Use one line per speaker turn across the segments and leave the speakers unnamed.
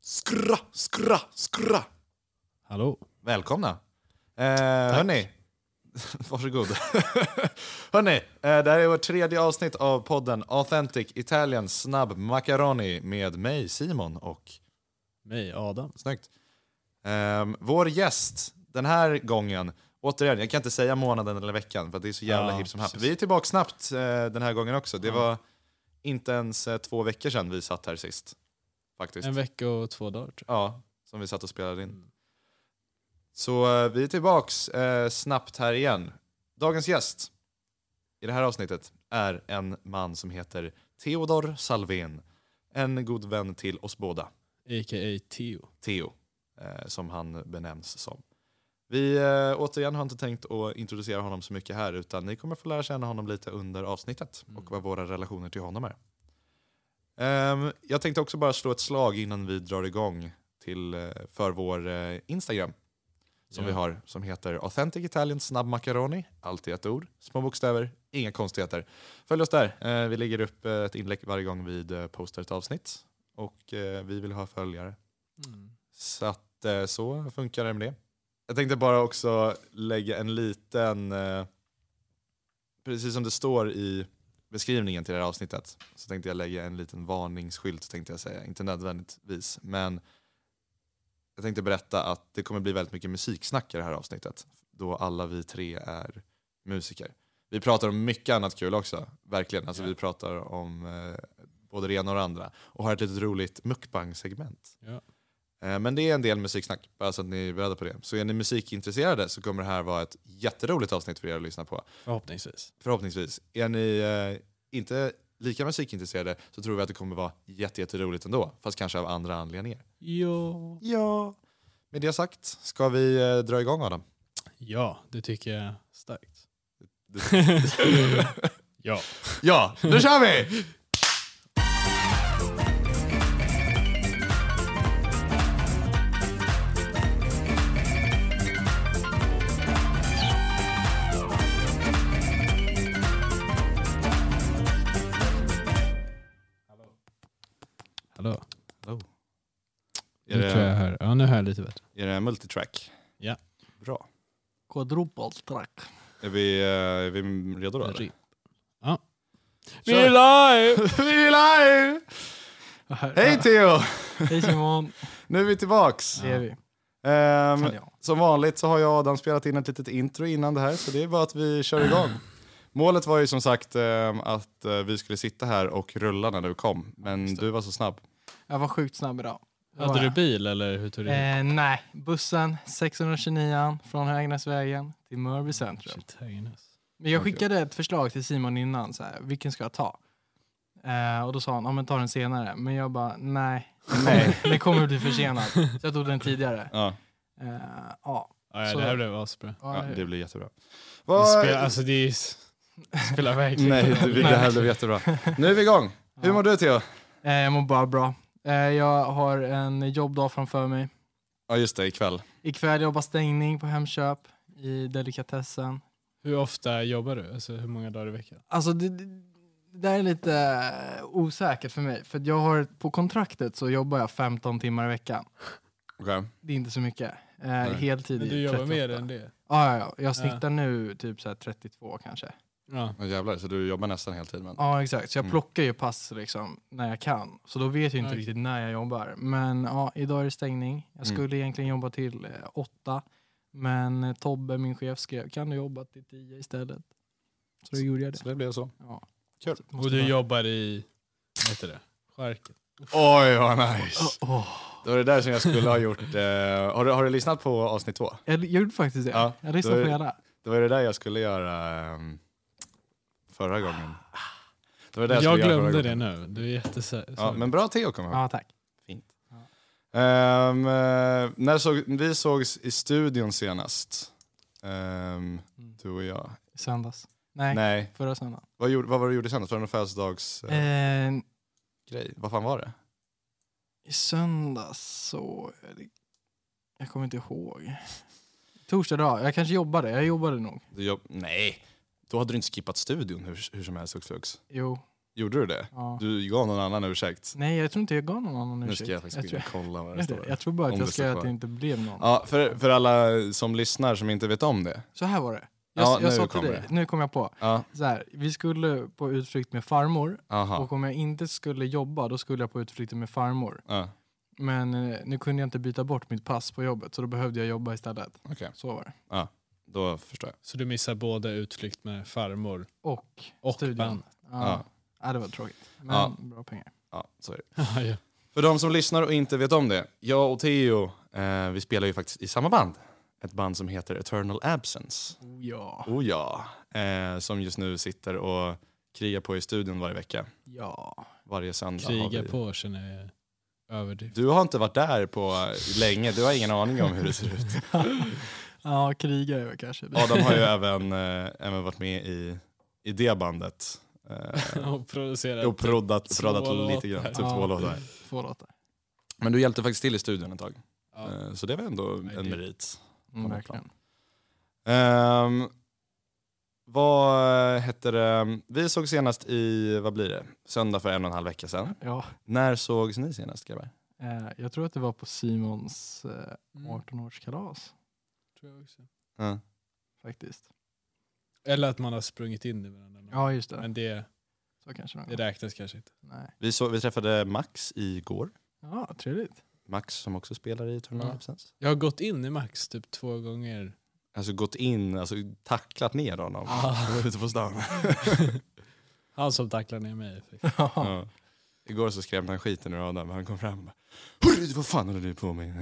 Skra, skra, skra.
Hallå?
Välkomna. Eh, hörni, varsågod. hörni, eh, det här är vårt tredje avsnitt av podden Authentic Italian Snabb Macaroni med mig Simon och
Mig, Adam.
Snyggt. Ehm, vår gäst den här gången, återigen, jag kan inte säga månaden eller veckan för att det är så jävla
Ja,
hipp som happ.
precis.
Vi är tillbaka snabbt eh, den här gången också. Det var inte ens eh, två veckor sedan vi satt här sist. Faktiskt.
En vecka och två dagar tror
Ja, som vi satt och spelade in. Så eh, vi är tillbaks eh, snabbt här igen. Dagens gäst i det här avsnittet är en man som heter Theodor Salven. En god vän till oss båda.
jag. A.k.a. Theo.
Theo, eh, som han benämns som. Vi eh, återigen har inte tänkt att introducera honom så mycket här utan ni kommer få lära känna honom lite under avsnittet och vad våra relationer till honom är. Ehm, jag tänkte också bara slå ett slag innan vi drar igång till, eh, för vår eh, Instagram som
Ja.
vi har som heter Authentic Italian Snabb Macaroni. Allt i ett ord, små bokstäver, inga konstigheter. Följ oss där. Eh, vi lägger upp eh, ett inlägg varje gång vi eh, postar ett avsnitt och eh, vi vill ha följare.
Mm.
Så att eh, så funkar det med det. Jag tänkte bara också lägga en liten, eh, precis som det står i beskrivningen till det här avsnittet, så tänkte jag lägga en liten varningsskylt tänkte jag säga. Inte nödvändigtvis, men jag tänkte berätta att det kommer bli väldigt mycket musiksnack i det här avsnittet, då alla vi tre är musiker. Vi pratar om mycket annat kul också, verkligen. Alltså
Ja.
vi pratar om eh, både det ena och det andra och har ett litet roligt mukbang-segment.
Ja.
Eh, Men det är en del musiksnack, bara så att ni är beredda på det. Så är ni musikintresserade så kommer det här vara ett jätteroligt avsnitt för er att lyssna på.
Förhoppningsvis.
Förhoppningsvis. Är ni eh, inte lika musikintresserade så tror vi att det kommer vara jätte- jätteroligt ändå, fast kanske av andra anledningar.
Ja.
Ja. Med det sagt, ska vi eh, dra igång Adam?
Ja, det tycker jag starkt. ja.
ja, nu kör vi!
Hallå.
Är
Nu tror jag jag
det,
hör. Ja, nu hör jag lite bättre.
är det multitrack?
Ja.
Bra.
Quadruple track.
Är vi, eh, är vi redo då? eller?
Rip. Ja.
Kör.
live!
vi är live! Hej Theo!
Hej Simon!
Nu är vi tillbaks.
Det är vi.
Ehm,
Fan, ja.
Som vanligt så har jag och Adam spelat in ett litet intro innan det här, så det är bara att vi kör igång. Målet var ju som sagt ehm, att eh, vi skulle sitta här och rulla när du kom, men du var så snabb.
Jag var sjukt snabb idag. Det var
Hade du
jag.
bil eller hur tog du det?
Eh, nej, bussen 629 från Högnäsvägen till Mörby centrum.
Shit, Högnäs.
Men jag skickade ett förslag till Simon innan, så här, vilken ska jag ta? Eh, och då sa han, ja men ta den senare. Men jag bara, nej,
Nej.
det kommer bli försenat. Så jag tog den tidigare.
Ja,
Eh, ja.
Ja, ja,
Så-
det här blev asbra.
ja,
Ja,
det blir jättebra.
Det
Vad-
spelar, alltså det är... spelar verkligen
Nej,
ingen roll.
det det här blev jättebra. Nu är vi igång. Hur mår du Theo?
Eh, jag mår bara bra. Eh, jag har en jobbdag framför mig.
Ja just det, ikväll.
Ikväll jobbar stängning på Hemköp i delikatessen.
Hur ofta jobbar du? Alltså, hur många dagar i veckan?
Alltså det, det, det där är lite eh, osäkert för mig. För att jag har, på kontraktet så jobbar jag 15 timmar i veckan.
Okej.
Det är inte så mycket. Eh, heltid
Men
är
du jobbar
38.
mer än det?
Ja, ja, ja. Jag snittar nu typ så här 32 kanske.
Ja.
Åh jävlar, så du jobbar nästan heltid men...
Ja, exakt. Så jag
Mm.
plockar ju pass liksom, när jag kan. Så då vet jag inte
Okej.
riktigt när jag jobbar. Men ja, idag är det stängning. Jag
Mm.
skulle egentligen jobba till eh, åtta. Men eh, Tobbe, min chef, skrev kan du jobba till tio istället? Så då gjorde jag det.
Så det blev så.
Ja.
Kul.
Och du jobbar i, vad heter det, skärken?
Oj vad nice!
Oh,
Det var det där som jag skulle ha gjort. Eh, har, du, har du lyssnat på avsnitt två?
Jag gjorde faktiskt det.
Ja,
jag lyssnade
då är-
på hela.
Det var det där jag skulle göra ehm, förra gången. Det var det där
Jag
skulle göra förra
glömde det
gången.
nu, du är jättesorgsen.
Ja, men bra Theo kom ihåg.
Ja, tack.
Ehm, eh, när såg, vi sågs i studion senast, ehm, du och jag.
I Söndags. Nej,
Nej,
förra söndagen.
vad, gjorde, vad var det du gjorde senast? Var det någon födelsedagsgrej?
Eh,
Vad fan var det?
I söndags så... Jag kommer inte ihåg. Torsdag dag. Jag kanske jobbade. Jag jobbade nog.
Du jobb- Nej, då hade du inte skippat studion hur, hur som helst. Hux, flux.
Jo.
Gjorde du det?
Ja.
Du gav någon annan ursäkt.
Nej, jag tror inte jag gav någon annan
Nu
ursäkt.
ska jag faktiskt
tror,
jag kolla vad det
jag,
står.
tror- jag tror bara
Om
att jag
det
skrev
står
att det
kvar.
inte blev någon.
Ja, för, för alla som lyssnar som inte vet om det.
Så här var det. Jag,
Ja, nu
jag sa till
kommer
dig,
det.
nu kom jag på.
Ja,
Så här, vi skulle på utflykt med farmor
aha.
och om jag inte skulle jobba då skulle jag på utflykt med farmor.
Ja,
Men eh, nu kunde jag inte byta bort mitt pass på jobbet så då behövde jag jobba istället.
Okej.
Så var det.
då förstår jag.
Så du missar både utflykt med farmor
Och,
och
studion.
band.
Ja. ja, det var tråkigt. Men
Ja.
bra pengar.
Ja, så är det.
Ja, ja.
För de som lyssnar och inte vet om det. Jag och Theo, eh, vi spelar ju faktiskt i samma band. Ett band som heter Eternal Absence.
Oh, ja.
Ah.
Oh ja. Eh, som just nu sitter och krigar på i studion varje vecka.
Ja.
Varje söndag. har
Kriga
vi-
på känner jag är överdrift.
Du har inte varit där på Eh, länge, du har ingen aning om hur det ser ut.
ja, kriga är väl kanske det.
Adam har ju även, eh, även varit med i, i det bandet. Eh,
och producera.
och proddat,
två
proddat lite
låtar.
grann, typ
Ja.
två låtar.
Två låtar.
Men du hjälpte faktiskt till i studion ett tag.
Ja.
Eh, Så det var ändå
det-
en merit.
Mm,
På
verkligen.
Ehm, vad hette det? Vi såg senast i, vad blir det? Söndag för en och en halv vecka sedan.
Ja,
När sågs ni senast grabbar?
eh, jag tror att det var på Simons eh,
Mm,
18-årskalas
tror jag också.
Ja.
faktiskt.
Eller att man har sprungit in i varandra.
Ja, just det.
Men det,
Så kanske
det
det
räknas kanske inte.
Nej.
Vi, så, vi träffade Max igår.
Ja, trevligt.
Max som också spelar i Eternal
Ja.
Absence.
Jag har gått in i Max typ två gånger.
Alltså gått in, alltså tacklat ner honom.
Ah.
Ute på stan.
Han som tacklar ner mig.
Ja. Igår så skrämde han skiten ur Adam. Han kom fram och bara "Hörru, Vad fan håller du på med?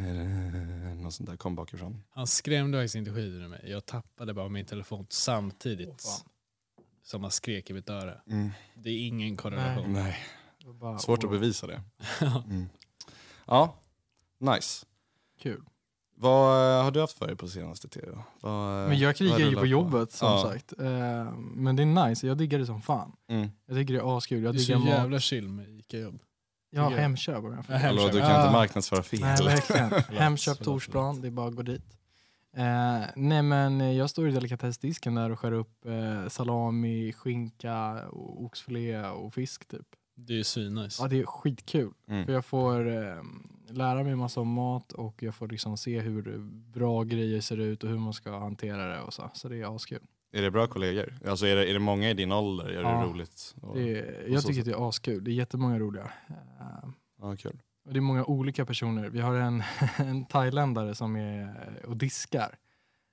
Någon sånt där kom bakifrån.
Han skrämde faktiskt inte skiten ur mig. Jag tappade bara min telefon samtidigt
Åh, fan.
som han skrek i mitt öra.
Mm.
Det är ingen korrelation.
Nej,
Det var bara,
svårt att
åh,
bevisa det. Mm. Ja, nice.
Kul.
Vad eh, har du haft för dig på senaste tv? då? Vad,
Men jag krigar
vad
ju
Eh, rullar
på jobbet som
Ja.
sagt. Eh, men det är nice, jag diggar det som fan.
Mm.
Jag tycker det är askul. Jag
Du är så
diggar mat.
jävla chill med ICA-jobb.
Jag har
tycker jag. Ah.
Hemköp. bara för-
Ja, Hemköp.
Hallå, du kan
Ja.
inte marknadsföra fel.
Ah. Nej, verkligen. Hemköp
förlåt, förlåt.
Torsplan, det är bara att gå dit. Eh, nej men eh, jag står i delikatessdisken där och skär upp eh, salami, skinka, och oxfilé och fisk typ.
Det är ju svinnice.
Ja det är skitkul. För
Mm.
jag får eh, lära mig massa om mat och jag får liksom se hur bra grejer ser ut och hur man ska hantera det och så. Så det är askul.
Är det bra kollegor? Alltså är det, är det många i din ålder? Är
Ja.
det roligt? Och,
Det är,
och
jag
så-
tycker att det är askul. Det är jättemånga roliga. Eh,
ja, kul.
Och det är många olika personer. Vi har en, en thailändare som är och diskar.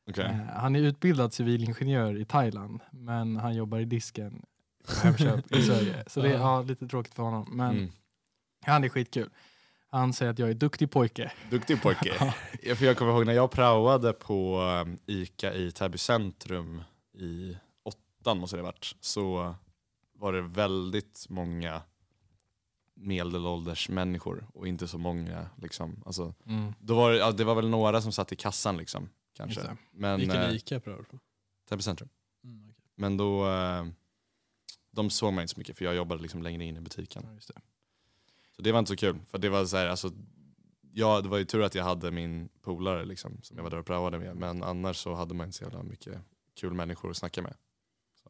Okej.
Eh, Han är utbildad civilingenjör i Thailand, men han jobbar i disken på Hemköp i Sverige. Så det är ja, lite tråkigt för honom, men
Ah. Mm.
han är skitkul. Han säger att jag är duktig pojke.
Duktig pojke. Ja, för jag kommer ihåg när jag praoade på um, ICA i Täby centrum i åttan måste det ha varit, så var det väldigt många medelålders människor och inte så många. Liksom. Alltså, då var det, ja, det var väl några som satt i kassan liksom, kanske.
Mm, Just det.
Men,
Vilken
eh,
ICA prövar du på?
Täby centrum.
Mm, okej.
Men då, eh, de såg mig inte så mycket för jag jobbade liksom längre in i butiken.
Ja, just det.
Så det var inte så kul. För det var så här, alltså, ja, det var ju tur att jag hade min polare liksom, som jag var där och praoade med. Men annars så hade man inte så jävla mycket kul människor att snacka med. Så,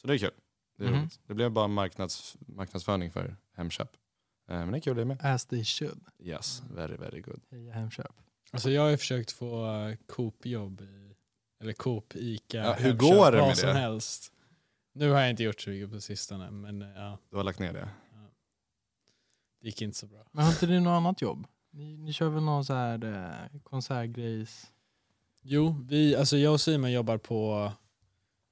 så det är kul. Det, är
Mhm.
roligt. det blev bara marknads, marknadsföring för Hemköp. Eh, men det är kul det med.
As they should.
Yes, very very good.
Heja Hemköp.
Alltså jag har ju försökt få eh, Coop-jobb, i, eller Coop, ICA,
Ja, hur går det
vad
med
som
det?
helst. Nu har jag inte gjort så mycket på sistone, men eh, ja,
Du har lagt ner det.
det gick inte så bra.
Men har inte du något annat jobb? Ni, ni kör väl någon så här eh, konsertgrejs?
Jo, vi, alltså jag och Simon jobbar på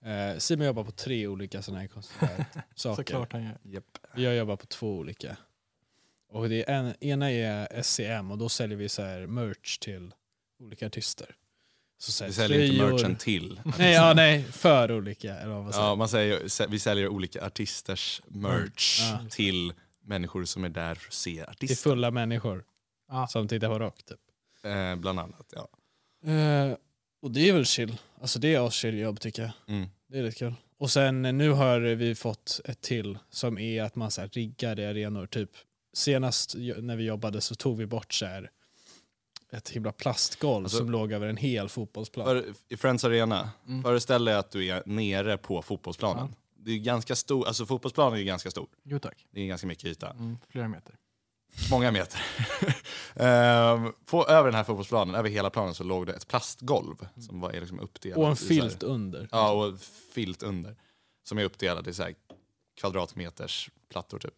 eh, Simon jobbar på tre olika sådana här konstiga saker.
Såklart han gör.
Yep.
Jag jobbar på två olika. Och det är en, ena är SCM och då säljer vi så här merch till olika artister. Så så här
Vi säljer inte
tröjor-
merchen till.
Nej, ja, nej, för olika. Eller vad man säger.
Ja, man säger, sä- vi säljer olika artisters merch
Ja.
till människor som är där för att se
till
artister.
fulla människor
Ja.
som tittar på rock. Typ.
Eh, bland annat. Ja.
Eh, och det är väl chill. Alltså det är aschill jobb tycker jag.
Mm.
Det är lite kul. Och sen eh, nu har vi fått ett till som är att man så här, riggar i arenor. Typ senast jo- när vi jobbade så tog vi bort så här, ett himla plastgolv
Alltså-
som låg över en hel fotbollsplan.
För, I Friends Arena,
Mm.
föreställ dig att du är nere på fotbollsplanen. det är ju ganska stor, alltså fotbollsplanen är ju ganska stor.
Jo tack.
Det är ganska mycket yta.
Mm, flera meter.
Många meter. Ehm, på, över den här fotbollsplanen, över hela planen, så låg det ett plastgolv som var är liksom uppdelat.
Mm. Och en
i så här-
filt under.
Ja, och en filt under. Som är uppdelad i så här kvadratmeters plattor typ.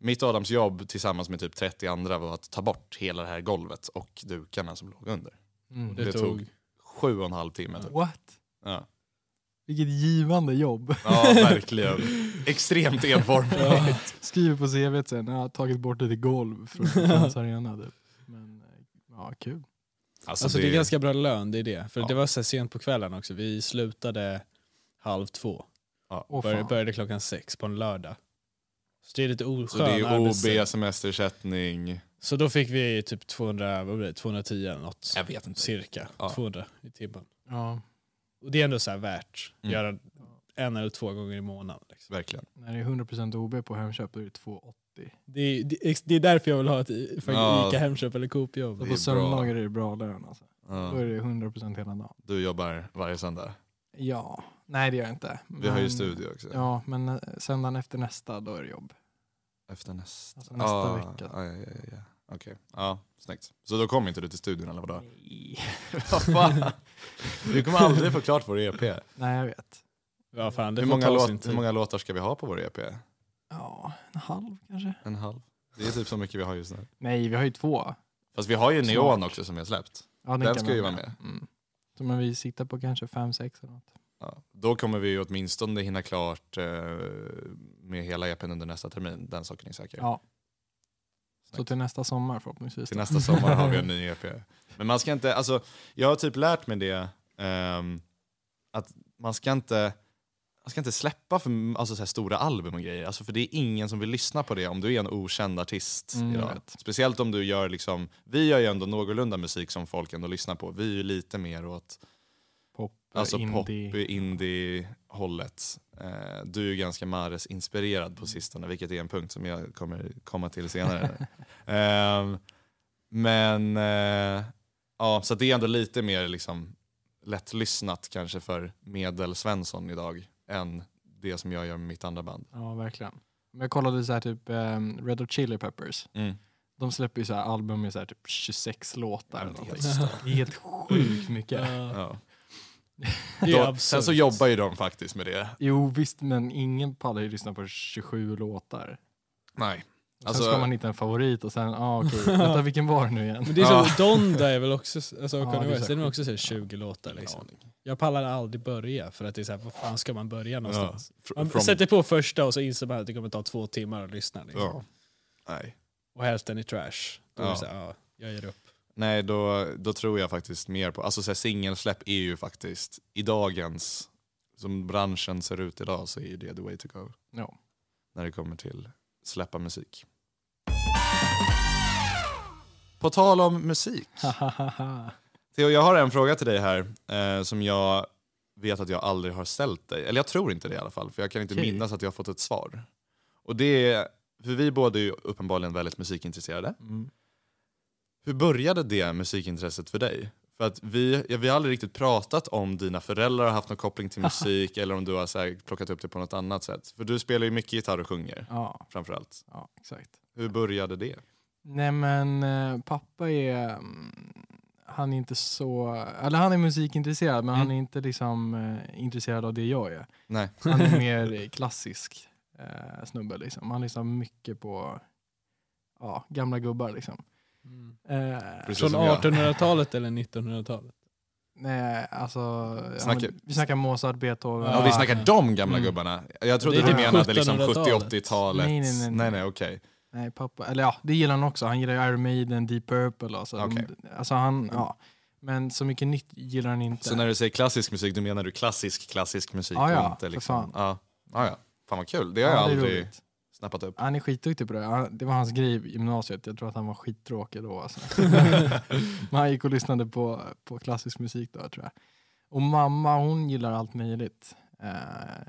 Mitt och Adams jobb tillsammans med typ 30 andra var att ta bort hela det här golvet och dukarna som låg under.
Mm.
det tog- alltså Sju och en halv timme typ.
What?
Ja,
Vilket givande jobb.
ja verkligen. Extremt enformigt.
Skriver på cvt sen, jag har tagit bort lite golv från Friends Arena. Typ. Men eh, ja, kul.
Alltså,
Alltså det är ganska bra lön, det är det. För
Ja.
det var så här sent på kvällen också. Vi slutade halv två.
Åh,
Började,
fan.
började klockan sex på en lördag. Så det är lite oskön
så det är
arbetstid.
OB, semesterersättning.
Så då fick vi typ 200, vad blir det, 210 eller något.
vet inte.
Cirka
Ja.
200 i timmen.
Ja,
Och det är ändå så här värt.
Mm.
Göra en eller två gånger i månaden. Liksom.
Verkligen.
när det är 100% OB på Hemköp då är det 2,80.
Det, är, det, är- det är därför jag vill ha ett i- för
Ja.
Ica Hemköp eller Coop-jobb.
Det
Så
är
på
bra.
söndagar är det bra lön alltså.
Ja.
Då är det 100% hela dagen.
Du jobbar varje söndag.
Ja, nej det gör jag inte.
Vi har ju
Men-
studio också.
Ja, men eh, söndagen efter nästa då är det jobb.
Efter nästa,
Alltså nästa vecka.
Ja, ja, ja, ja. Okej, ja, snyggt. Så då kommer inte du till studion eller vadå?
Nej.
Vad fan? Du kommer aldrig få klart vår E EP.
Nej, jag vet.
Ja, fan, det
Hur
får
många,
ta
låt,
sin tid.
hur många låtar ska vi ha på vår E EP?
Ja, en halv kanske.
En halv? Det är typ så mycket vi har just nu.
Nej, vi har ju två.
Fast vi har ju
Snart.
Neon också som vi har släppt.
Ja, den
Den
kan
ska ju
man-
vara
Mm. Så men vi sitter på kanske fem, sex eller något.
Ja. Då kommer vi ju åtminstone hinna klart eh, med hela EPn under nästa termin. Den saken är säker.
Ja. Så
Snyggt.
till nästa sommar förhoppningsvis.
Till nästa sommar har vi en ny EP. Men man ska inte, alltså, jag har typ lärt mig det, ehm, att man ska inte, man ska inte släppa för alltså, så här stora album och grejer. Alltså, för det är ingen som vill lyssna på det om du är en okänd artist
Mm, jag
idag.
vet.
Speciellt om du gör liksom, vi gör ju ändå någorlunda musik som folk ändå lyssnar på. Vi är ju lite mer åt
Pop, eh,
alltså,
indie.
pop, indie-hållet. Eh, du är ju ganska Mares-inspirerad
Mm.
på sistone, vilket är en punkt som jag kommer komma till senare. Ehm, men eh, ja, så det är ändå lite mer liksom lättlyssnat kanske för medelsvensson idag än det som jag gör med mitt andra band.
Ja, verkligen. Men jag kollade så här typ ehm, Red Hot Chili Peppers. De släpper ju så här album med så här typ 26 låtar. Eller
Ja,
någonting.
helt stört.
Det är helt sjukt mycket.
Ja,
Ja.
det är
Då, sen
absurt.
så jobbar ju de faktiskt med det.
Jo visst, men ingen pallar ju lyssna på 27 låtar.
Nej.
sen ska man
Alltså,
hitta en favorit och sen, ah, okej, vänta vilken var det nu igen?
Men det är
Ja.
som Donda är väl också, alltså
Ja,
Kanye
det är
West,
så
den är
här
också så här 20 låtar liksom.
Ingen aning.
Jag pallar aldrig börja för att det är så här, vad fan ska man börja
ja.
någonstans?
fr-
Man
from-
sätter på första och så inser man att det kommer ta två timmar att lyssna. Liksom.
ja. Nej.
Och hälften är trash. Då är
Ja.
det så här, ja, jag ger upp.
Nej, då, då tror jag faktiskt mer på... Alltså så här, singelsläpp är ju faktiskt, i dagens, som branschen ser ut idag, så är ju det the way to go.
Ja.
När det kommer till släppa musik. På tal om musik.
Hahaha.
Theo, jag har en fråga till dig här eh, som jag vet att jag aldrig har ställt dig. Eller jag tror inte det i alla fall, för jag kan inte
Okej.
minnas att jag har fått ett svar. Och det är, för vi båda är ju uppenbarligen väldigt musikintresserade.
mm.
Hur började det musikintresset för dig? För att vi, ja, vi har aldrig riktigt pratat om dina föräldrar har haft någon koppling till musik eller om du har så här, plockat upp det på något annat sätt. För du spelar ju mycket gitarr och sjunger
ja,
framförallt.
ja, exakt.
Hur började det?
Nej men eh, pappa är, mm, han är inte så, eller han är musikintresserad men han
Mm.
är inte liksom eh, intresserad av det jag är.
Nej.
Han är mer klassisk eh, snubbe liksom. Han lyssnar mycket på ja, gamla gubbar liksom. Eh,
Precis
Från
som jag.
1800-talet eller 1900-talet?
nej, alltså, ja,
Snackar-
men vi snackar Mozart, Beethoven.
Ja, vi snackar
nej.
de gamla
Ah. Mm.
gubbarna. Jag trodde
Det är
du
typ
menade liksom
1700-talet.
70-80-talet.
Nej, nej, nej, nej.
nej, nej okej.
Nej, pappa. Eller ja, det gillar han också. Han gillar ju Iron Maiden, Deep Purple. Alltså,
Okej.
alltså han, ja. Men så mycket nytt gillar han inte.
Så när du säger klassisk musik, då menar du klassisk, klassisk musik?
Ah, Ja, ja,
och inte
för
liksom.
fan.
Ja, ja, ja. Fan vad kul, det
Ja,
har jag
det är
aldrig
roligt.
snappat upp.
Han är skitduktig på det. Han- Det var hans grej i gymnasiet. Jag tror att han var skittråkig då. Alltså. Men han gick och lyssnade på, på klassisk musik då, tror jag. Och mamma, hon gillar allt möjligt. Eh,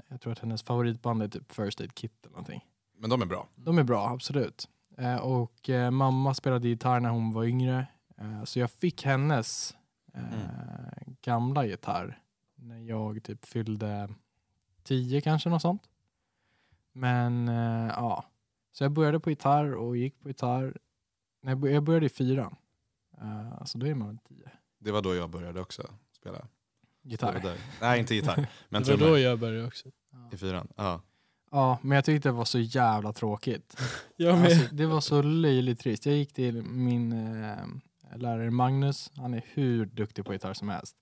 jag tror att hennes favoritband är typ First Aid Kit eller någonting.
Men de är bra.
De är bra, absolut. Eh, och eh, mamma spelade gitarr när hon var yngre. Eh, så jag fick hennes eh,
Mm.
gamla gitarr när jag typ fyllde tio kanske, något sånt. Men eh, ja, så jag började på gitarr och gick på gitarr. Nej, jag bör- jag började i fyran. Eh, så då är man väl tio.
Det var då jag började också spela. Det var
Gitarr.
där. Nej, inte gitarr. Men
det var då
trummor.
jag började också.
I fyran. Ja.
Ja, men jag tyckte det var så jävla tråkigt.
Jag
Alltså, det var så löjligt trist. Jag gick till min eh, lärare Magnus. Han är hur duktig på gitarr som helst.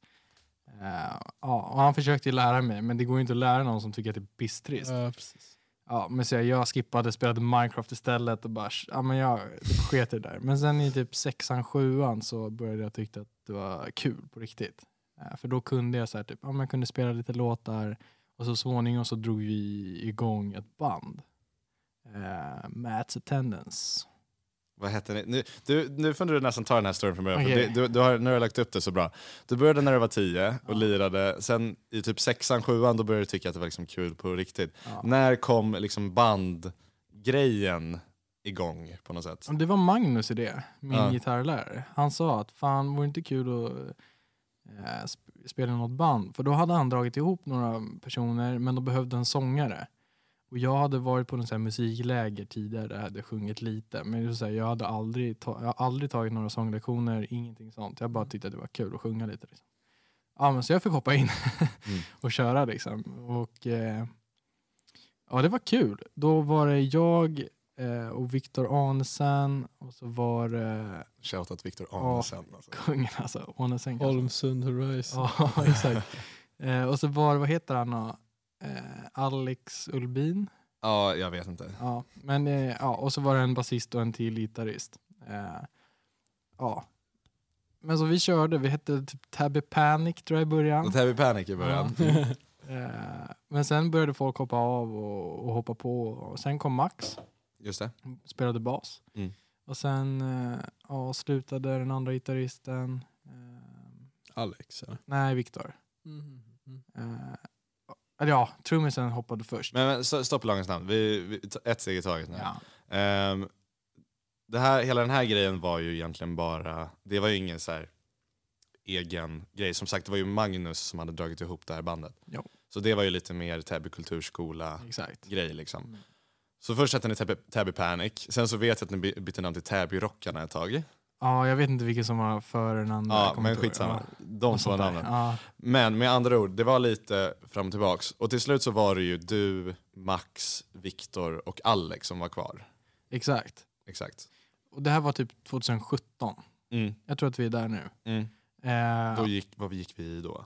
Eh, ja, och han försökte ju lära mig, men det går ju inte att lära någon som tycker att det är bisstrist.
Ja, precis.
Ja, men så jag, jag skippade, spelade Minecraft istället och bara, ja men jag typ sket i det där. Men sen i typ sexan, sjuan så började jag tycka att det var kul på riktigt. Eh, För då kunde jag så här, typ, ja, men jag kunde spela lite låtar och så småningom så drog vi igång ett band. Eh, Mats Attendance.
Vad hette ni? Nu, du, nu får du nästan ta den här storyn från början.
Okej.
För du, du, du har, nu har jag lagt upp det så bra. Du började när du var tio och
Ja.
lirade. Sen i typ sexan, sjuan, då började du tycka att det var liksom kul på riktigt.
Ja.
När kom liksom bandgrejen igång på något sätt?
Det var Magnus idé, min
Ja.
gitarrlärare. Han sa att fan vore det inte kul att eh, sp- spela i något band? För då hade han dragit ihop några personer men de behövde en sångare. Och jag hade varit på något så här musikläger tidigare där jag hade sjungit lite. Men det var så här, jag hade aldrig, ta- jag har aldrig tagit några sånglektioner, ingenting sånt. Jag bara
Mm.
tyckte att det var kul att sjunga lite. Liksom. Ja, men så jag fick hoppa in
Mm.
och köra liksom. Och eh, ja, det var kul. Då var det jag eh, och Viktor Arnesen och så var det
Shoutout Viktor
Ja.
Arnesen. Alltså.
kungen alltså, Arnesen kanske.
Holmsund Horizon.
Ja, exakt. Eh, och så var det, vad heter han då? Eh, Alex Ulbin.
Ja, jag vet inte.
Ja, men, eh, ja, och så var det en basist och en till gitarrist. Eh, ja. Men så vi körde, vi hette typ Tabby Panic tror jag i början.
Något heavy panic i början.
Eh, men sen började folk hoppa av och, och hoppa på. Och sen kom Max,
Just det.
spelade bas.
Mm.
Och sen eh, ja, slutade den andra gitarristen. Eh,
Alex, eller?
nej, Viktor.
Mm-hmm.
Eh, eller ja, trummisen hoppade först.
Men, men så- stopp i lagens namn. Vi, vi, ta- ett steg i taget nu.
ja.
Ehm, det här, hela den här grejen var ju egentligen bara, det var ju ingen så här egen grej. Som sagt, det var ju Magnus som hade dragit ihop det här bandet.
Jo.
Så det var ju lite mer Täby kulturskola-grej
Exakt.
liksom.
Mm.
Så först hette ni Täby, Täby Panic, sen så vet jag att ni by- bytte namn till Täbyrockarna ett tag.
Ja, jag vet inte vilken som var före den andra.
Ja,
jag kommer
men
inte ihåg.
skitsamma.
Ja,
De
något
två
sånt där.
namnen.
Ja.
Men med andra ord, det var lite fram och tillbaks. Och till slut så var det ju du, Max, Viktor och Alex som var kvar.
Exakt.
Exakt.
Och det här var typ 2017.
Mm.
Jag tror att vi är där nu.
Mm.
Eh,
Då gick, vad gick vi i då?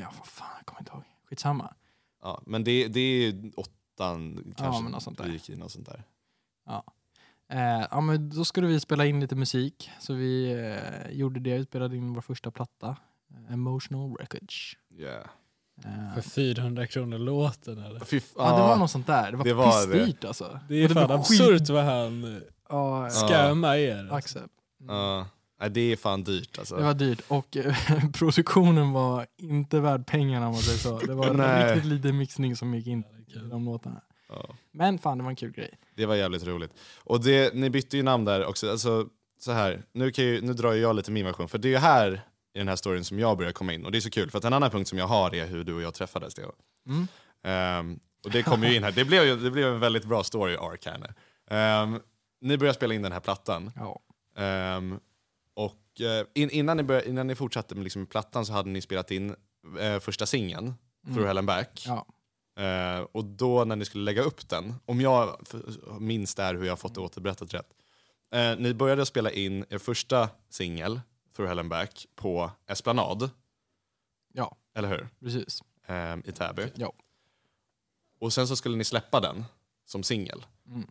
Ja, vad fan, jag kommer inte ihåg. Skitsamma.
Ja, men det, det är ju åttan kanske.
men något sånt där.
Vi gick i något sånt där.
Eh, ja, men då skulle vi spela in lite musik, så vi eh, gjorde det. Vi spelade in vår första platta, eh, Emotional Wreckage.
Yeah.
Eh,
För 400 kronor låten eller?
Fy f-
ja, det var
ja.
något sånt där. Det var,
det var det.
pissdyrt alltså.
Det är
Och
fan
var skit-
absurt vad han eh,
Ja,
Ja.
scammar er. alltså.
Axel. Mm.
Ja. alltså. Nej, det är fan dyrt alltså.
Det var dyrt och eh, produktionen var inte värd pengarna om man säger så. Det var
Nej.
riktigt lite mixning som gick in
Ja, det är
i
kul.
de låtarna.
Ja.
Men fan, det var en kul grej.
Det var jävligt roligt. Och det, ni bytte ju namn där också. Alltså, så här. Nu, kan ju, nu drar ju jag lite min version, för det är ju här i den här storyn som jag börjar komma in. Och det är så kul, för att en annan punkt som jag har är hur du och jag träffades. Theo.
Mm.
Ehm, och det kommer ju in här. Det blev, ju, det blev en väldigt bra story arc här nu. Ehm, ni börjar spela in den här plattan.
Ja.
Ehm, och eh, in, innan, ni började, innan ni fortsatte med liksom, plattan så hade ni spelat in eh, första singeln, Through Hell and Back.
Mm. Ja.
Eh, och då när ni skulle lägga upp den, om jag f- minns där hur jag har fått det återberättat rätt. Eh, ni började spela in er första singel, Through Hell and Back, på Esplanad.
Ja.
Eller hur?
Precis.
Ehm, I Täby.
Ja.
Och sen så skulle ni släppa den som singel.
Mm.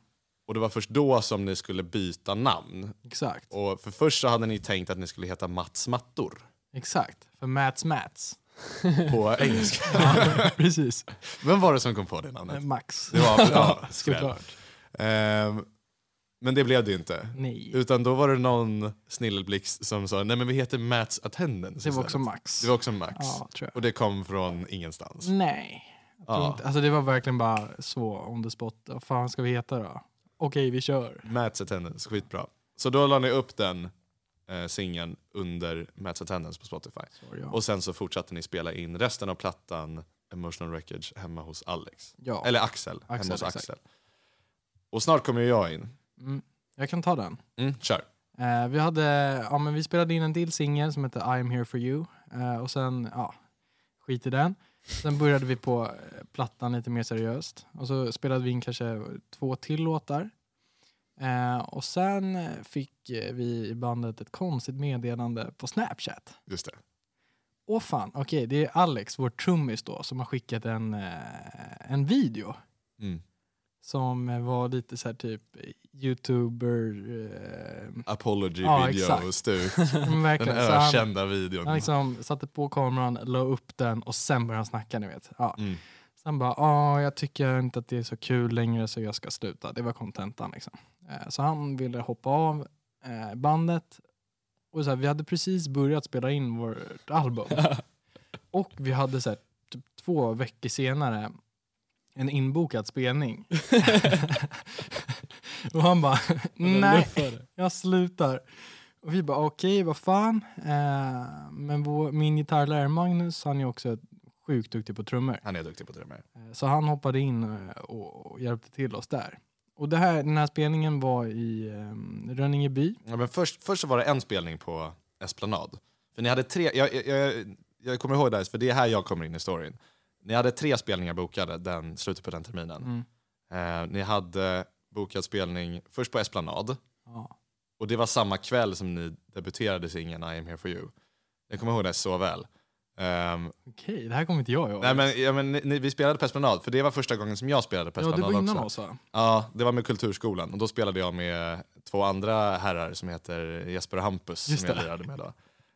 Och det var först då som ni skulle byta namn.
Exakt.
Och för först så hade ni tänkt att ni skulle heta Mats Mattor.
Exakt. För Mats Mats.
på engelska.
Ja, precis.
Vem var det som kom på det namnet?
Max.
typ. Det var, ja, skräp.
Såklart.
Ehm, men det blev det ju inte.
Nej.
Utan då var det någon snilleblixt som sa nej men vi heter Mats Attendance.
Det
istället."
var också Max.
det var också Max.
Ja, Mm. tror jag.
Och det kom från ingenstans.
Nej. Jag tror
Ja.
inte. Alltså det var verkligen bara så on the spot. Vad fan ska vi heta då? Okej, vi kör.
Mats Attendance, skitbra. Så då la ni upp den eh, singeln under Mats Attendance på Spotify.
Sorry, ja.
Och sen så fortsatte ni spela in resten av plattan Emotional Wreckage hemma hos Alex.
Ja.
Eller Axel,
Axel,
hemma hos
exakt.
Axel. Och snart kommer ju jag in.
Mm. Jag kan ta den.
Mm, kör.
Eh, vi, hade, ja, men vi spelade in en till singel som hette I am here for you. Eh, och sen, ja, skit i den. Sen började vi på eh, plattan lite mer seriöst. Och så spelade vi in kanske två till låtar. Eh, och sen eh, fick eh, vi i bandet ett konstigt meddelande på Snapchat.
Just det.
Åh fan, okej det är Alex, vår trummis då, som har skickat en, eh, en video
Mm.
som eh, var lite så här typ youtuber... Eh,
Apology
Ja,
video
exakt.
stuk.
men
Den
verkligen. Så han,
ökända videon.
han liksom satte på kameran, la upp den och sen började han snacka ni vet. Ja.
Mm.
Sen bara, ja jag tycker inte att det är så kul längre så jag ska sluta. Det var kontentan liksom. Eh, så han ville hoppa av eh, bandet. Och så här, vi hade precis börjat spela in vårt album. Och vi hade så här, typ två veckor senare en inbokad spelning. och han bara, nej jag slutar. Och vi bara okej, vad fan. Eh, men vår, min gitarrlärare Magnus, han är också sjukt duktig på trummor.
Han är duktig på trummor.
Eh, Så han hoppade in eh, och och hjälpte till oss där. Och det här, den här spelningen var i eh, Rönningeby.
Ja, men först, först så var det en spelning på Esplanad. För ni hade tre, jag, jag, jag, jag kommer ihåg det här, för det är här jag kommer in i storyn. Ni hade tre spelningar bokade den, slutet på den terminen.
Mm.
Eh, ni hade bokad spelning först på Esplanad.
Ja.
Och det var samma kväll som ni debuterade singeln I am here for you. Jag kommer ihåg det så väl. Ehm,
Okej, det här kommer inte jag ihåg.
nej, men, ja, men, ni- ni, vi spelade på Esplanad, för det var första gången som jag spelade på
ja,
Esplanad
du var innan
också.
oss va?
Ja, det var med Kulturskolan. Och då spelade jag med två andra herrar som heter Jesper och Hampus
Just
som jag
det.
lirade med då.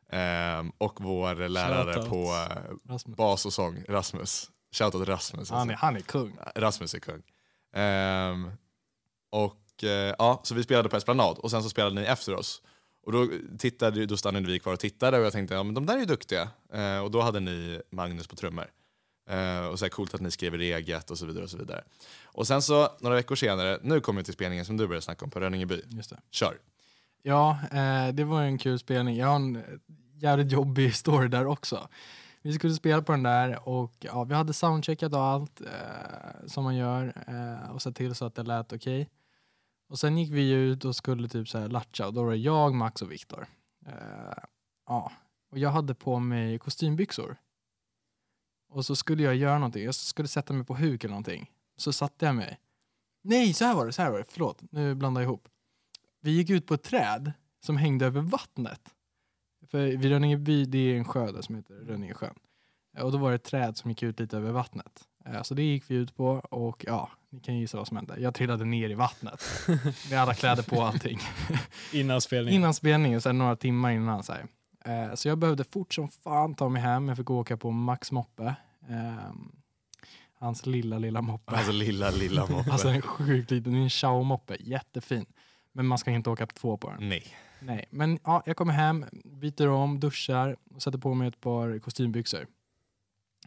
Ehm, och vår lärare
Shoutout.
på eh,
Rasmus.
bas och sång, Rasmus. Shoutout Rasmus.
Han är, han är kung.
alltså. Rasmus är kung. Ehm, och eh, ja, så vi spelade på Esplanad och sen så spelade ni efter oss. Och då, tittade, ju- då stannade vi kvar och tittade och jag tänkte ja, men de där är ju duktiga. Eh, och då hade ni Magnus på trummor. Eh, och så här, coolt att ni skriver eget och så vidare. Och så vidare. Och sen så några veckor senare, nu kommer vi till spelningen som du började snacka om på Rönningeby.
Just det.
Kör!
Ja, eh, det var ju en kul spelning. Jag har en eh, jävligt jobbig story där också. Vi skulle spela på den där och ja, vi hade soundcheckat och allt eh, som man gör eh, och sett till så att det lät okej. Och sen gick vi ut och skulle typ så här latcha och då var det jag, Max och Viktor. Eh, ja, och jag hade på mig kostymbyxor. Och så skulle jag göra någonting, jag skulle sätta mig på huk eller någonting. Så satte jag mig. Nej, så här var det, så här var det, förlåt, nu blandar jag ihop vi gick ut på ett träd som hängde över vattnet. För vid Rönningeby, det är en sjö där som heter Rönningesjön. Eh, Och då var det ett träd som gick ut lite över vattnet. Eh, Så det gick vi ut på och ja, ni kan gissa vad som hände. Jag trillade ner i vattnet med alla kläder på och allting.
Innan spelningen.
Innan spelningen, sen några timmar innan. Så, här. Eh, så jag behövde fort som fan ta mig hem. Jag fick åka på Max moppe. Eh, hans lilla, lilla moppe.
Alltså lilla, lilla moppe.
Alltså en sjukt liten, det är en Xiao-moppe, jättefin. Men man ska inte åka på två på den.
Nej.
Nej, men ja, jag kommer hem, byter om, duschar och sätter på mig ett par kostymbyxor.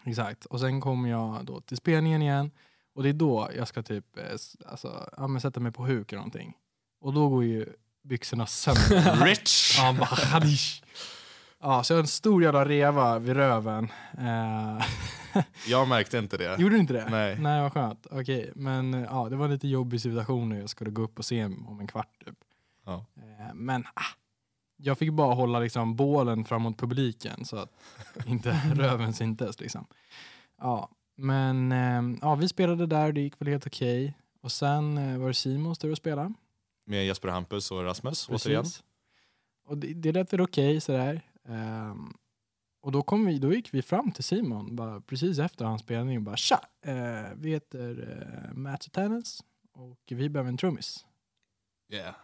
Exakt. Och sen kommer jag då till spelningen igen och det är då jag ska typ eh, s- alltså, ja, men sätta mig på huk eller någonting. Och då går ju byxorna sönder.
Rich!
ja, bara hadish. Ja, så jag har en stor jävla reva vid röven. Eh,
Jag märkte inte det.
gjorde du inte det?
Nej.
Nej, vad skönt. Okej, men eh, ja, det var en lite jobbig situation nu. Jag skulle gå upp och se om en kvart typ.
Ja.
Eh, Men ah, jag fick bara hålla liksom bålen framåt publiken så att inte röven syntes. Liksom. Ja, men eh, ja, vi spelade där och det gick väl helt okej. Och sen eh, var det Simons tur att spela.
Med Jesper och Hampus och Rasmus
Precis.
återigen.
Och det, det lät väl okej sådär. Ehm, och då, kom vi, då gick vi fram till Simon bara precis efter hans spelning och bara tja, eh, vi heter eh, Matt Tennis och vi behöver en trummis.
Yeah.